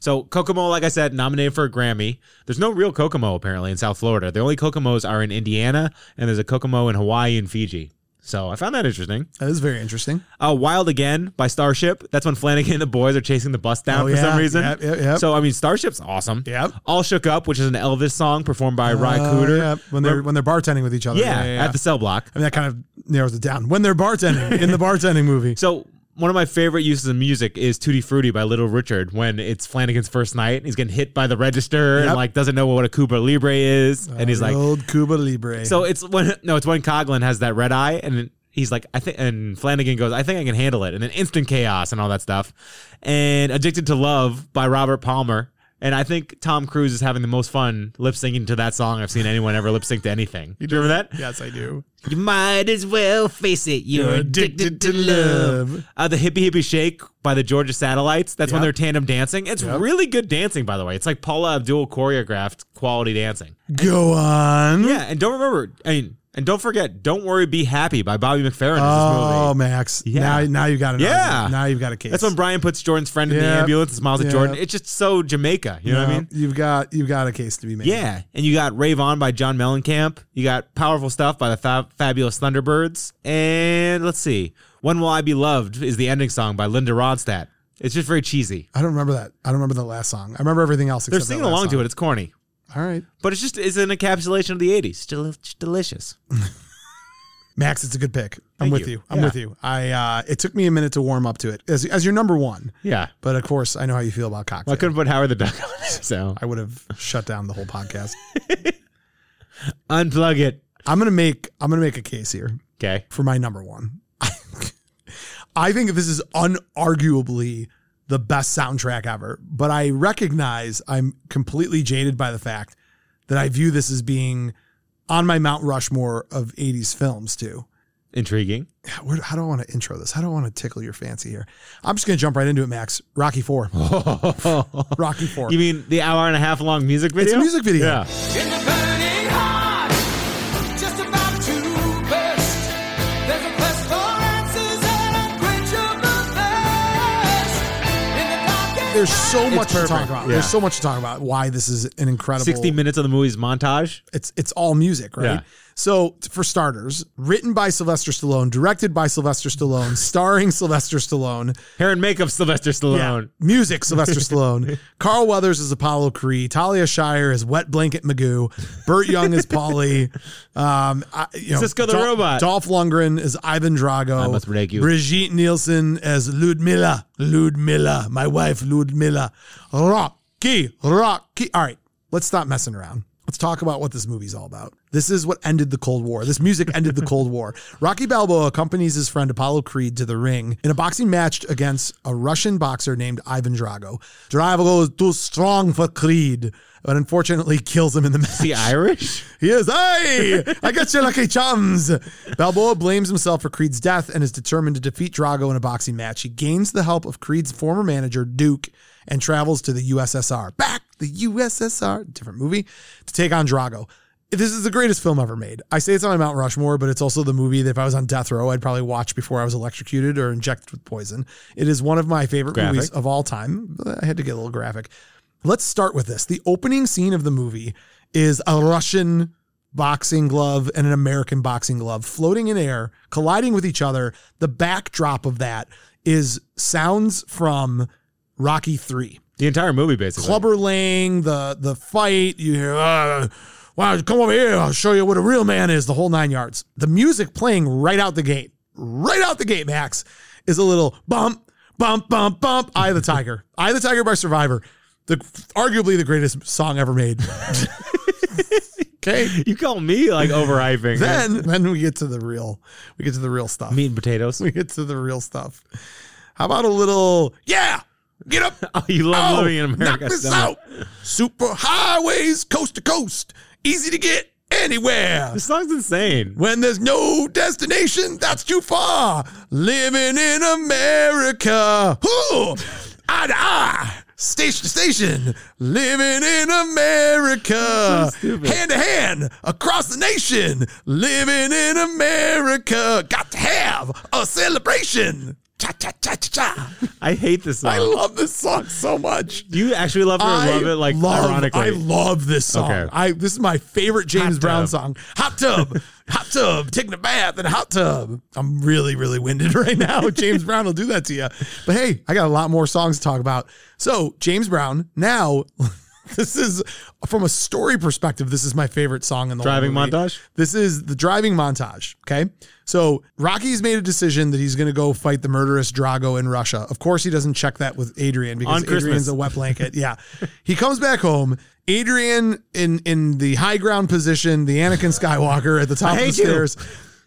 Speaker 2: So, Kokomo, like I said, nominated for a Grammy. There's no real Kokomo, apparently, in South Florida. The only Kokomos are in Indiana, and there's a Kokomo in Hawaii and Fiji. So, I found that interesting.
Speaker 1: That is very interesting.
Speaker 2: Uh, Wild Again by Starship. That's when Flanagan and the boys are chasing the bus down
Speaker 1: Oh,
Speaker 2: for
Speaker 1: yeah.
Speaker 2: some reason.
Speaker 1: Yep, yep, yep.
Speaker 2: So, I mean, Starship's awesome.
Speaker 1: Yep.
Speaker 2: All Shook Up, which is an Elvis song performed by Ry
Speaker 1: Uh,
Speaker 2: Cooter.
Speaker 1: yeah, when they're
Speaker 2: Remember-
Speaker 1: when they're bartending with each other.
Speaker 2: Oh, yeah, at the cell block.
Speaker 1: I mean that kind of narrows it down. When they're bartending in the bartending movie.
Speaker 2: So one of my favorite uses of music is Tutti Frutti by Little Richard when it's Flanagan's first night. and He's getting hit by the register and
Speaker 1: Yep.
Speaker 2: like doesn't know what a Cuba Libre is, and he's like,
Speaker 1: old Cuba Libre.
Speaker 2: so it's when no, it's when Coglin has that red eye and. He's like, I think, and Flanagan goes, I think I can handle it. And then instant chaos and all that stuff. And Addicted to Love by Robert Palmer. And I think Tom Cruise is having the most fun lip syncing to that song I've seen anyone ever lip sync to anything. Do you remember that?
Speaker 1: yes, I do.
Speaker 2: You might as well face it. You're, addicted, to love. Uh, the hippie hippie shake by the Georgia Satellites. That's when
Speaker 1: Yep.
Speaker 2: they're tandem dancing. It's
Speaker 1: Yep.
Speaker 2: really good dancing, by the way. It's like Paula Abdul choreographed quality dancing.
Speaker 1: Go on.
Speaker 2: Yeah, and don't remember. I mean, and don't forget. Don't worry, be happy by Bobby McFerrin.
Speaker 1: Oh,
Speaker 2: is this movie.
Speaker 1: Max.
Speaker 2: Yeah.
Speaker 1: Now now you've got an
Speaker 2: Yeah.
Speaker 1: argument. Now you've got a case.
Speaker 2: That's when Brian puts Jordan's friend in the
Speaker 1: Yeah.
Speaker 2: ambulance and smiles at
Speaker 1: Yeah.
Speaker 2: Jordan. It's just so Jamaica. You know what I
Speaker 1: No,
Speaker 2: mean?
Speaker 1: You've got you've got a case to be made.
Speaker 2: Yeah, and you got Rave On by John Mellencamp. You got Powerful Stuff by the fa- Fabulous Thunderbirds. And let's see, When Will I Be Loved is the ending song by Linda Ronstadt. It's just very cheesy.
Speaker 1: I don't remember that. I don't remember the last song. I remember everything else.
Speaker 2: They're
Speaker 1: except that
Speaker 2: singing
Speaker 1: last
Speaker 2: along to
Speaker 1: song.
Speaker 2: it. It's corny,
Speaker 1: All right.
Speaker 2: but it's just it's an encapsulation of the '80s. Still it's delicious.
Speaker 1: Max, it's a good pick. I'm
Speaker 2: Thank
Speaker 1: with you.
Speaker 2: you.
Speaker 1: I'm
Speaker 2: Yeah.
Speaker 1: with you. I uh, it took me a minute to warm up to it as as your number one.
Speaker 2: Yeah.
Speaker 1: But of course, I know how you feel about cocktail.
Speaker 2: I couldn't put Howard the Duck on it, so
Speaker 1: I would have shut down the whole podcast.
Speaker 2: unplug it.
Speaker 1: I'm gonna make I'm gonna make a case here
Speaker 2: Okay.
Speaker 1: for my number one. I think this is unarguably the best soundtrack ever, but I recognize I'm completely jaded by the fact that I view this as being on my Mount Rushmore of 80s films too.
Speaker 2: Intriguing.
Speaker 1: Where, how do I want to intro this? How do I want to tickle your fancy here? I'm just going to jump right into it, Max. Rocky 4. Rocky 4.
Speaker 2: you mean the hour and a half long music video?
Speaker 1: It's a music video.
Speaker 2: Yeah.
Speaker 4: In the burning heart, just about to burst. There's a quest for answers and a quench of the thirst. In the darkest
Speaker 1: There's so much to
Speaker 2: perfect.
Speaker 1: talk about.
Speaker 2: Yeah.
Speaker 1: There's so much to talk about. Why this is an incredible
Speaker 2: 60 minutes of the movie's montage.
Speaker 1: it's it's all music, right?
Speaker 2: Yeah.
Speaker 1: So t- for starters, written by Sylvester Stallone, directed by Sylvester Stallone, starring Sylvester Stallone,
Speaker 2: Hair and makeup, Sylvester Stallone.
Speaker 1: music Sylvester Stallone, Carl Weathers is Apollo Creed, Talia Shire is Wet Blanket Magoo, Burt Young is Paulie, um, I, you know,
Speaker 2: Cisco the
Speaker 1: Dol-
Speaker 2: Robot.
Speaker 1: Dolph Lundgren is Ivan Drago,
Speaker 2: I must break you.
Speaker 1: Brigitte Nielsen as Ludmilla, Ludmilla, my wife Ludmilla, Rocky, Rocky. All right, let's stop messing around. Let's talk about what this movie's all about. This is what ended the Cold War. This music ended the Cold War. Rocky Balboa accompanies his friend Apollo Creed to the ring in a boxing match against a Russian boxer named Ivan Drago. Drago is too strong for Creed, but unfortunately kills him in the match.
Speaker 2: The Irish?
Speaker 1: He is, hey, I got you lucky chums. Balboa blames himself for Creed's death and is determined to defeat Drago in a boxing match. He gains the help of Creed's former manager, Duke, and travels to the USSR. Back, the USSR, different movie, to take on Drago. This is the greatest film ever made. I say it's on my Mount Rushmore, but it's also the movie that if I was on death row, I'd probably watch before I was electrocuted or injected with poison. It is one of my favorite
Speaker 2: Graphic.
Speaker 1: movies of all time. I had to get a little graphic. Let's start with this. The opening scene of the movie is a Russian boxing glove and an American boxing glove floating in air, colliding with each other. The backdrop of that is sounds from Rocky 3.
Speaker 2: The entire movie, basically.
Speaker 1: Clubber Lang, the the fight. You hear, uh, wow, come over here. I'll show you what a real man is. The whole nine yards. The music playing right out the gate, right out the gate, Max, is a little bump, bump, bump, bump. Eye of the Tiger. Eye of the Tiger by Survivor. The arguably the greatest song ever made. okay.
Speaker 2: You call me like overhyping.
Speaker 1: Then then we get to the real we get to the real stuff.
Speaker 2: meat and potatoes.
Speaker 1: We get to the real stuff. How about a little yeah? Get up.
Speaker 2: Oh, you love
Speaker 1: Oh,
Speaker 2: living in America.
Speaker 1: Knock this
Speaker 2: so much.
Speaker 1: out. Super highways, coast to coast, easy to get anywhere.
Speaker 2: This song's insane.
Speaker 1: When there's no destination, that's too far. Living in America. Ooh, eye to eye. Station to station, living in America. hand to hand, across the nation, living in America. Got to have a celebration. Cha cha cha cha cha.
Speaker 2: I hate this song.
Speaker 1: I love this song so much.
Speaker 2: Do you actually love it or love it like
Speaker 1: love-
Speaker 2: ironically?
Speaker 1: I love this song.
Speaker 2: Okay.
Speaker 1: I this is my favorite James
Speaker 2: Hot
Speaker 1: Brown
Speaker 2: tub.
Speaker 1: song. Hot tub, hot tub, taking a bath in a hot tub. I'm really really winded right now. James Brown will do that to you. But hey, I got a lot more songs to talk about. So James Brown now. This is from a story perspective. This is my favorite song in the whole
Speaker 2: Driving
Speaker 1: movie.
Speaker 2: montage?
Speaker 1: This is the driving montage. Okay. So Rocky's made a decision that he's going to go fight the murderous Drago in Russia. Of course, he doesn't check that with Adrian because
Speaker 2: On Christmas.
Speaker 1: Adrian's a wet blanket. Yeah. he comes back home. Adrian in in the high ground position, the Anakin Skywalker at the top of the
Speaker 2: hate you.
Speaker 1: stairs.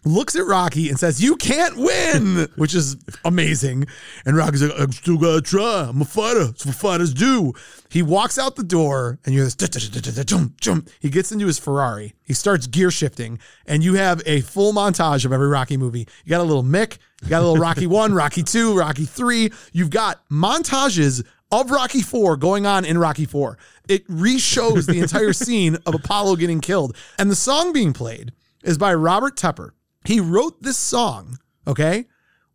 Speaker 1: Looks at Rocky and says, "You can't win," which is amazing. And Rocky's like, "I still gotta try. I'm a fighter. It's what fighters do." He walks out the door, and you hear this "Duh, duh, duh, duh, duh, jump, jump. He gets into his Ferrari. He starts gear shifting, and you have a full montage of every Rocky movie. You got a little Mick, you got a little Rocky one, Rocky two, Rocky three. You've got montages of Rocky Four going on in Rocky Four. It re-shows the entire scene of Apollo getting killed. And the song being played is by Robert Tepper. He wrote this song, okay,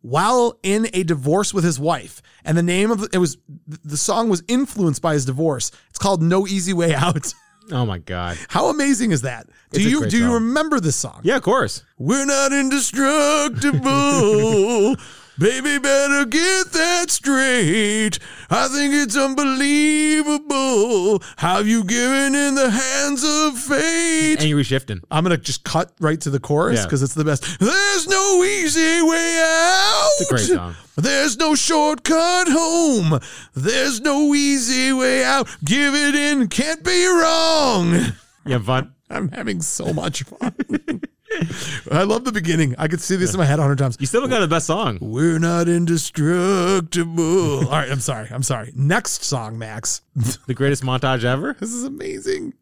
Speaker 1: while in a divorce with his wife. And the name of it was the song was influenced by his divorce. It's called No Easy Way Out.
Speaker 2: oh my god.
Speaker 1: How amazing is that? Do
Speaker 2: It's a
Speaker 1: you
Speaker 2: great
Speaker 1: do you
Speaker 2: song.
Speaker 1: remember this song?
Speaker 2: Yeah, of course.
Speaker 1: We're not indestructible. Baby, better get that straight. I think it's unbelievable how you given in the hands of fate.
Speaker 2: Angry shifting.
Speaker 1: I'm gonna just cut right to the chorus
Speaker 2: Yeah.
Speaker 1: because it's the best. There's no easy way out.
Speaker 2: It's a great song.
Speaker 1: There's no shortcut home. There's no easy way out. Give it in. Can't be wrong.
Speaker 2: You have fun.
Speaker 1: I'm having so much fun. I love the beginning. I could see this in my head a hundred times.
Speaker 2: You still haven't got the best song.
Speaker 1: We're not indestructible. All right, I'm sorry. I'm sorry. Next song, Max.
Speaker 2: The greatest montage ever.
Speaker 1: This is amazing.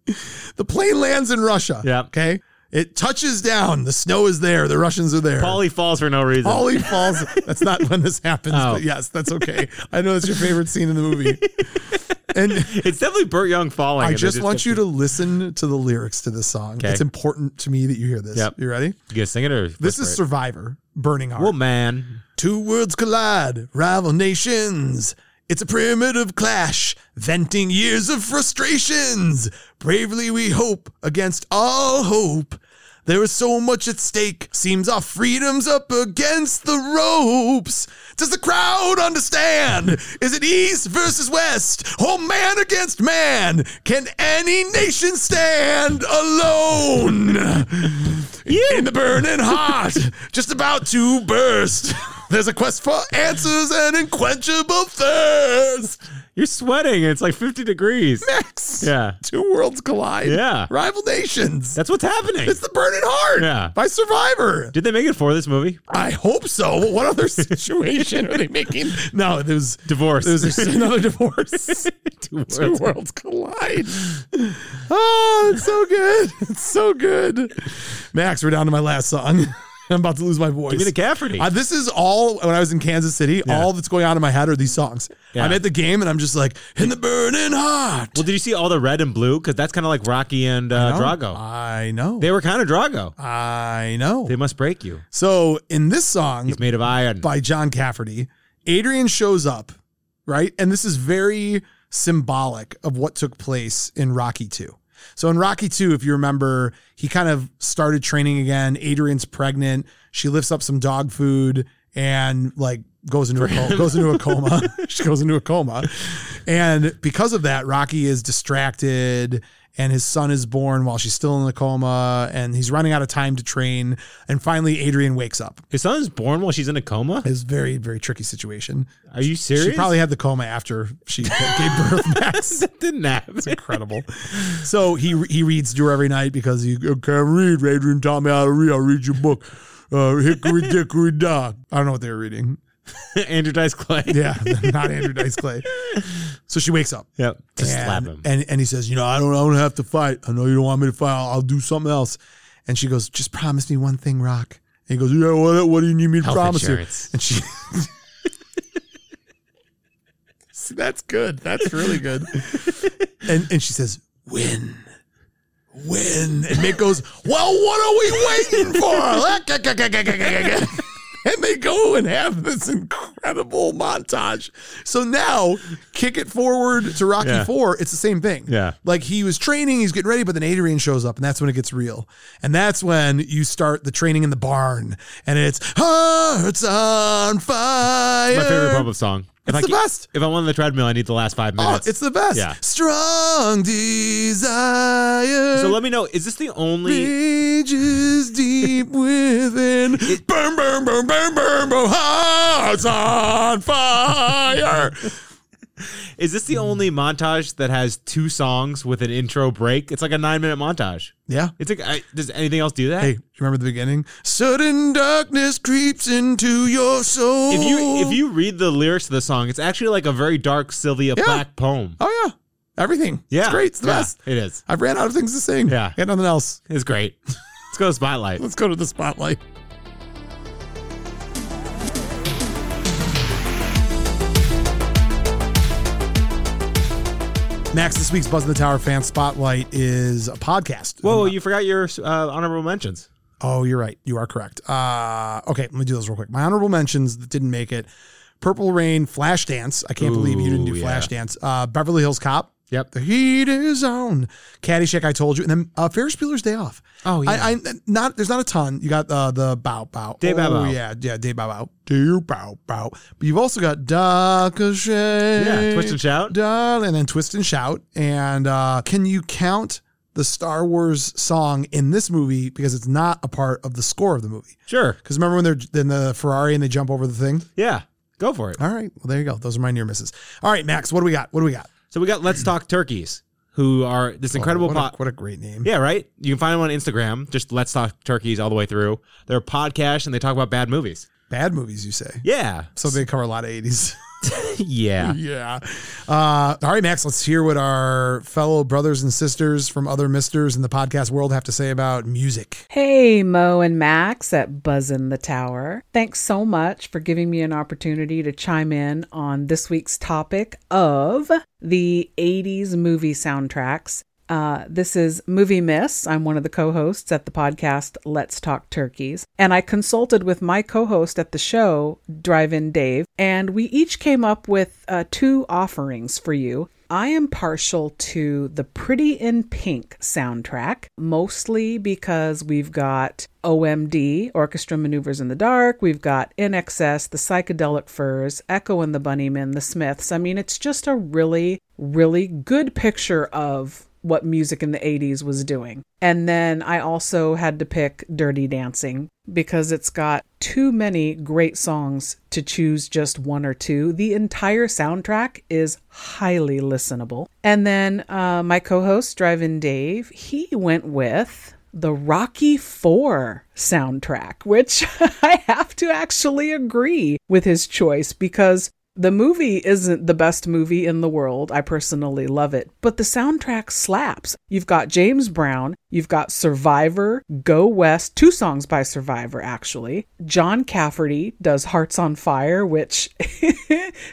Speaker 1: The plane lands in Russia.
Speaker 2: Yeah.
Speaker 1: Okay. It touches down. The snow is there. The Russians are there.
Speaker 2: Polly falls for no reason.
Speaker 1: Polly falls. That's not when this happens,
Speaker 2: Oh.
Speaker 1: but yes, that's okay. I know that's your favorite scene in the movie. And
Speaker 2: It's definitely Burt Young falling.
Speaker 1: I
Speaker 2: and they
Speaker 1: just want
Speaker 2: kept-
Speaker 1: you to listen to the lyrics to this song.
Speaker 2: Okay.
Speaker 1: It's important to me that you hear this.
Speaker 2: Yep.
Speaker 1: You ready?
Speaker 2: You gonna sing it or
Speaker 1: This is
Speaker 2: whisper
Speaker 1: Survivor, Burning Heart.
Speaker 2: it? Well, man.
Speaker 1: Two worlds collide, rival nations. It's a primitive clash, venting years of frustrations. Bravely we hope against all hope. There is so much at stake. Seems our freedom's up against the ropes. Does the crowd understand? Is it East versus West? Or man against man? Can any nation stand alone? in the burning heart, just about to burst. There's a quest for answers and unquenchable thirst.
Speaker 2: You're sweating. It's like 50 degrees.
Speaker 1: Max,
Speaker 2: Yeah.
Speaker 1: two worlds collide.
Speaker 2: Yeah.
Speaker 1: rival nations.
Speaker 2: That's what's happening.
Speaker 1: it's the burning heart.
Speaker 2: Yeah.
Speaker 1: by Survivor.
Speaker 2: Did they make it for this movie?
Speaker 1: I hope so. What other situation are they making? No, there was
Speaker 2: Divorce.
Speaker 1: There was another divorce.
Speaker 2: Two worlds.
Speaker 1: Two worlds collide. Oh, it's so good. It's so good. Max, we're down to my last song. I'm about to lose my voice.
Speaker 2: Give me the Cafferty.
Speaker 1: Uh, this is all when I was in Kansas City. All that's going on in my head are these songs.
Speaker 2: Yeah.
Speaker 1: I'm at the game and I'm just like in the burning heart.
Speaker 2: well, did you see all the red and blue? Because that's kind of like Rocky and uh, Drago.
Speaker 1: I know.
Speaker 2: They were kind of Drago.
Speaker 1: I know.
Speaker 2: They must break you.
Speaker 1: so in this song
Speaker 2: He's made of iron.
Speaker 1: by John Cafferty, Adrian shows up, right? And this is very symbolic of what took place in Rocky 2. So in Rocky 2, if you remember, he kind of started training again. Adrian's pregnant. She lifts up some dog food and like goes into a coma, goes into a coma. she goes into a coma. And because of that, Rocky is distracted and his son is born while she's still in the coma and he's running out of time to train and finally Adrian wakes up.
Speaker 2: His son's born while she's in a coma?
Speaker 1: It's very, very tricky situation.
Speaker 2: Are you serious?
Speaker 1: She probably had the coma after she gave birth. Max.
Speaker 2: that didn't happen.
Speaker 1: Incredible. So he he reads to her every night because he "Oh, "I can't read. Adrian taught me how to read. I'll read your book. Uh, Hickory Dickory Dock. I don't know what they were reading.
Speaker 2: Andrew Dice Clay.
Speaker 1: Yeah, not Andrew Dice Clay. So she wakes up.
Speaker 2: Yep. To
Speaker 1: and,
Speaker 2: slap him.
Speaker 1: And and he says, you know, I don't I don't have to fight. I know you don't want me to fight. I'll, I'll do something else. And she goes, just promise me one thing, Rock. And he goes, yeah, what, what do you need me to
Speaker 2: Health
Speaker 1: promise
Speaker 2: insurance.
Speaker 1: you? And she. See, that's good. That's really good. and and she says, win. Win. And Mick goes, well, what are we waiting for? And they go and have this incredible montage. So now, kick it forward to Rocky
Speaker 2: Yeah.
Speaker 1: Four. It's the same thing.
Speaker 2: Yeah.
Speaker 1: Like he was training, he's getting ready, but then Adrian shows up, and that's when it gets real. And that's when you start the training in the barn, and it's hearts on fire.
Speaker 2: My favorite Pub Up song. If
Speaker 1: It's
Speaker 2: I
Speaker 1: the
Speaker 2: keep-
Speaker 1: best.
Speaker 2: If I'm on the treadmill, I need the last five
Speaker 1: Oh,
Speaker 2: minutes.
Speaker 1: it's the best.
Speaker 2: Yeah.
Speaker 1: Strong desire.
Speaker 2: so let me know, is this the only
Speaker 1: Rages deep within. burn, burn, burn, burn, burn, burn. Hearts on fire.
Speaker 2: is this the only montage that has two songs with an intro break? It's like a nine minute montage.
Speaker 1: Yeah.
Speaker 2: It's like I, does anything else do that?
Speaker 1: Hey, do you remember the beginning? Sudden darkness creeps into your soul.
Speaker 2: If you if you read the lyrics of the song, it's actually like a very dark Sylvia
Speaker 1: Yeah.
Speaker 2: Plath poem.
Speaker 1: Oh, yeah. Everything.
Speaker 2: Yeah,
Speaker 1: It's great. It's the
Speaker 2: Yeah,
Speaker 1: best.
Speaker 2: It is.
Speaker 1: I've ran out of things to sing.
Speaker 2: Yeah.
Speaker 1: Got nothing else.
Speaker 2: It's great. Let's go to Spotlight.
Speaker 1: Let's go to the spotlight. Max, this week's Buzz in the Tower fan spotlight is a podcast.
Speaker 2: Whoa, you forgot your uh, honorable mentions.
Speaker 1: Oh, you're right. You are correct. Uh, okay, let me do those real quick. My honorable mentions that didn't make it: Purple Rain, Flashdance. I can't believe you didn't do
Speaker 2: Ooh, yeah.
Speaker 1: Flashdance. Uh, Beverly Hills Cop.
Speaker 2: Yep.
Speaker 1: The heat is on. Caddyshack, I told you, and then uh, Ferris Bueller's Day Off.
Speaker 2: Oh, yeah.
Speaker 1: I, I not there's not a ton. You got uh, the Bow Bow.
Speaker 2: Day Bow
Speaker 1: oh,
Speaker 2: Bow.
Speaker 1: Yeah, yeah. Day Bow Bow. Day Bow Bow. But you've also got Duck a Shake.
Speaker 2: Yeah, Twist and Shout.
Speaker 1: Duh, and then Twist and Shout. And uh, can you count the Star Wars song in this movie because it's not a part of the score of the movie?
Speaker 2: Sure.
Speaker 1: Because remember when they're in the Ferrari and they jump over the thing?
Speaker 2: Yeah. Go for it.
Speaker 1: All right. Well, there you go. Those are my near misses. All right, Max. What do we got? What do we got?
Speaker 2: So we got Let's Talk Turkeys, who are this incredible
Speaker 1: Oh, what,
Speaker 2: pot.
Speaker 1: a, what a great name.
Speaker 2: Yeah, right. You can find them on Instagram. Just let's talk turkeys all the way through. They're a podcast and they talk about bad movies.
Speaker 1: Bad movies, you say.
Speaker 2: Yeah.
Speaker 1: So they cover a lot of 80s.
Speaker 2: yeah.
Speaker 1: yeah. Uh, all right, Max, let's hear what our fellow brothers and sisters from other misters in the podcast world have to say about music.
Speaker 7: Hey, Mo and Max at Buzzin' the Tower. Thanks so much for giving me an opportunity to chime in on this week's topic of the 80s movie soundtracks. Uh, this is Movie Miss. I'm one of the co hosts at the podcast Let's Talk Turkeys. And I consulted with my co host at the show, Drive In Dave, and we each came up with uh, two offerings for you. I am partial to the Pretty in Pink soundtrack, mostly because we've got OMD, Orchestra Maneuvers in the Dark, we've got In Excess, The Psychedelic Furs, Echo and the Bunnymen, The Smiths. I mean, it's just a really, really good picture of what music in the 80s was doing. And then I also had to pick Dirty Dancing because it's got too many great songs to choose just one or two. The entire soundtrack is highly listenable. And then uh, my co host, Drive In Dave, he went with the Rocky 4 soundtrack, which I have to actually agree with his choice because the movie isn't the best movie in the world. I personally love it, but the soundtrack slaps. You've got James Brown, you've got Survivor, Go West, two songs by Survivor, actually. John Cafferty does Hearts on Fire, which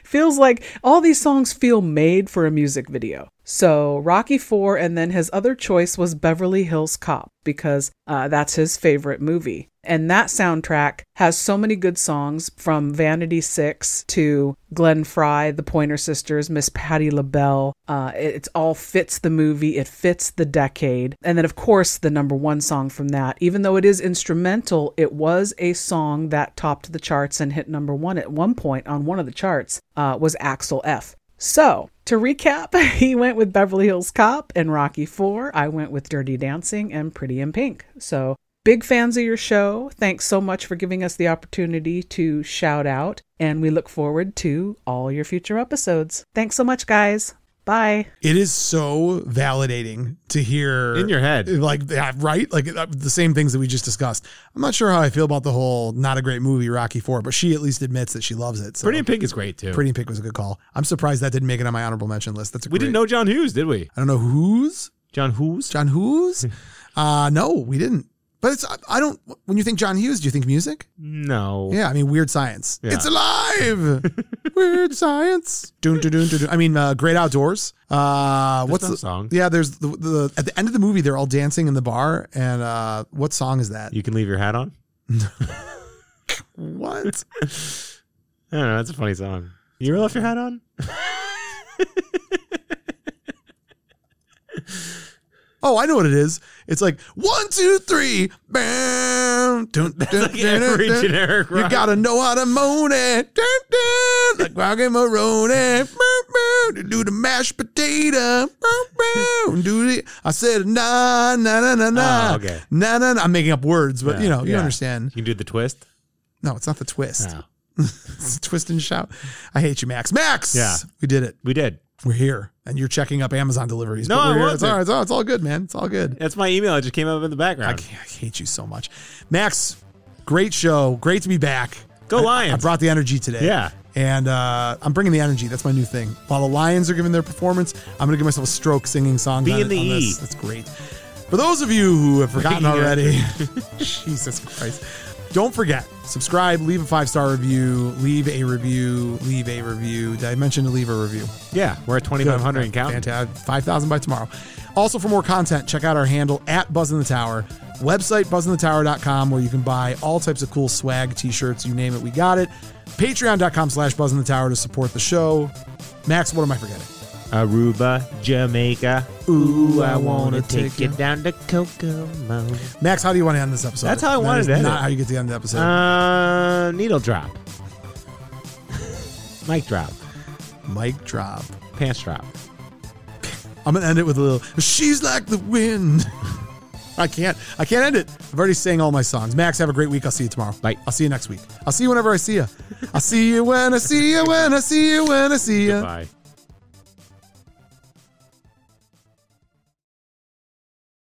Speaker 7: feels like all these songs feel made for a music video. So Rocky Four, and then his other choice was Beverly Hills Cop because uh, that's his favorite movie. And that soundtrack has so many good songs from Vanity Six to Glenn Fry, the Pointer Sisters, Miss Patti LaBelle. Uh, it it's all fits the movie, it fits the decade. And then, of course, the number one song from that, even though it is instrumental, it was a song that topped the charts and hit number one at one point on one of the charts, uh, was Axel F. So, to recap, he went with Beverly Hills Cop and Rocky 4. I went with Dirty Dancing and Pretty in Pink. So, big fans of your show. Thanks so much for giving us the opportunity to shout out, and we look forward to all your future episodes. Thanks so much, guys. Bye.
Speaker 1: It is so validating to hear
Speaker 2: In your head.
Speaker 1: like yeah, right, like uh, the same things that we just discussed. I'm not sure how I feel about the whole not a great movie Rocky Four, but she at least admits that she loves it. So
Speaker 2: Pretty in Pink is great too.
Speaker 1: Pretty in Pink was a good call. I'm surprised that didn't make it on my honorable mention list. That's a
Speaker 2: we didn't
Speaker 1: great-
Speaker 2: know John Hughes, did we?
Speaker 1: I don't know who's
Speaker 2: John Hughes?
Speaker 1: John Who's.
Speaker 2: Hmm.
Speaker 1: uh no, we didn't. But it's I- I don't. When you think John Hughes, do you think music?
Speaker 2: no.
Speaker 1: Yeah, I mean Weird Science.
Speaker 2: Yeah.
Speaker 1: It's alive. weird Science. Doon, doon, doon, doon, doon. I mean uh, Great Outdoors. Uh, what's
Speaker 2: that
Speaker 1: the
Speaker 2: song?
Speaker 1: Yeah, there's the, the at the end of the movie they're all dancing in the bar and uh, what song is that?
Speaker 2: You can leave your hat on.
Speaker 1: What?
Speaker 2: I don't know. That's a funny song. You ever left your hat on?
Speaker 1: Oh, I know what it is. It's like one, two, three, bam. Dun, dun,
Speaker 2: Like every
Speaker 1: dun, dun.
Speaker 2: generic
Speaker 1: You
Speaker 2: rock.
Speaker 1: gotta know how to moan it. Dun, dun, like Rocky Maroney. Bow, bow. Do the mashed potato. Bow, bow. Do the, I said, na, na, na, na, na.
Speaker 2: Oh, okay.
Speaker 1: Na, na, na. I'm making up words, but
Speaker 2: Yeah,
Speaker 1: you know, you
Speaker 2: yeah.
Speaker 1: understand.
Speaker 2: You can do the twist.
Speaker 1: No, it's not the twist.
Speaker 2: No.
Speaker 1: It's twist and shout. I hate you, Max. Max!
Speaker 2: Yeah.
Speaker 1: We did it.
Speaker 2: We did.
Speaker 1: We're here. And you're checking up Amazon deliveries.
Speaker 2: No,
Speaker 1: but
Speaker 2: I
Speaker 1: we're here.
Speaker 2: wasn't.
Speaker 1: It's all, right. it's, all, it's all good, man. It's all good.
Speaker 2: That's my email. It just came up in the
Speaker 1: I,
Speaker 2: background.
Speaker 1: can't, I hate you so much. Max, great show. Great to be back.
Speaker 2: Go
Speaker 1: I-
Speaker 2: Lions.
Speaker 1: I brought the energy today.
Speaker 2: Yeah.
Speaker 1: And uh, I'm bringing the energy. That's my new thing. While the Lions are giving their performance, I'm going to give myself a stroke singing songs.
Speaker 2: Be
Speaker 1: on,
Speaker 2: in the
Speaker 1: on
Speaker 2: E.
Speaker 1: This. That's great. For those of you who have forgotten
Speaker 2: Yeah.
Speaker 1: already, Jesus Christ. Don't forget, subscribe, leave a five star review, leave a review, leave a review. Did I mention to leave a review?
Speaker 2: yeah. We're at 2,500 and counting.
Speaker 1: Fantastic. 5,000 by tomorrow. Also, for more content, check out our handle at Buzz in the Tower, website buzzinthetower.com, where you can buy all types of cool swag, t shirts, you name it, we got it. Patreon.com slash Buzz in the Tower to support the show. Max, what am I forgetting?
Speaker 2: Aruba, Jamaica. Ooh, I wanna take you down to Kokomo.
Speaker 1: Max, how do you want to end this episode?
Speaker 2: That's how I
Speaker 1: That
Speaker 2: wanted
Speaker 1: is
Speaker 2: to end
Speaker 1: Not
Speaker 2: it.
Speaker 1: how you get to end the episode.
Speaker 2: Uh, needle drop. Mic drop.
Speaker 1: Mic drop.
Speaker 2: Pants drop.
Speaker 1: I'm gonna end it with a little. She's like the wind. I can't. I can't end it. I've already sang all my songs. Max, have a great week. I'll see you tomorrow.
Speaker 2: Bye.
Speaker 1: I'll see you next week. I'll see you whenever I see you. I'll see you when I see you when I see you when I see you.
Speaker 2: Goodbye.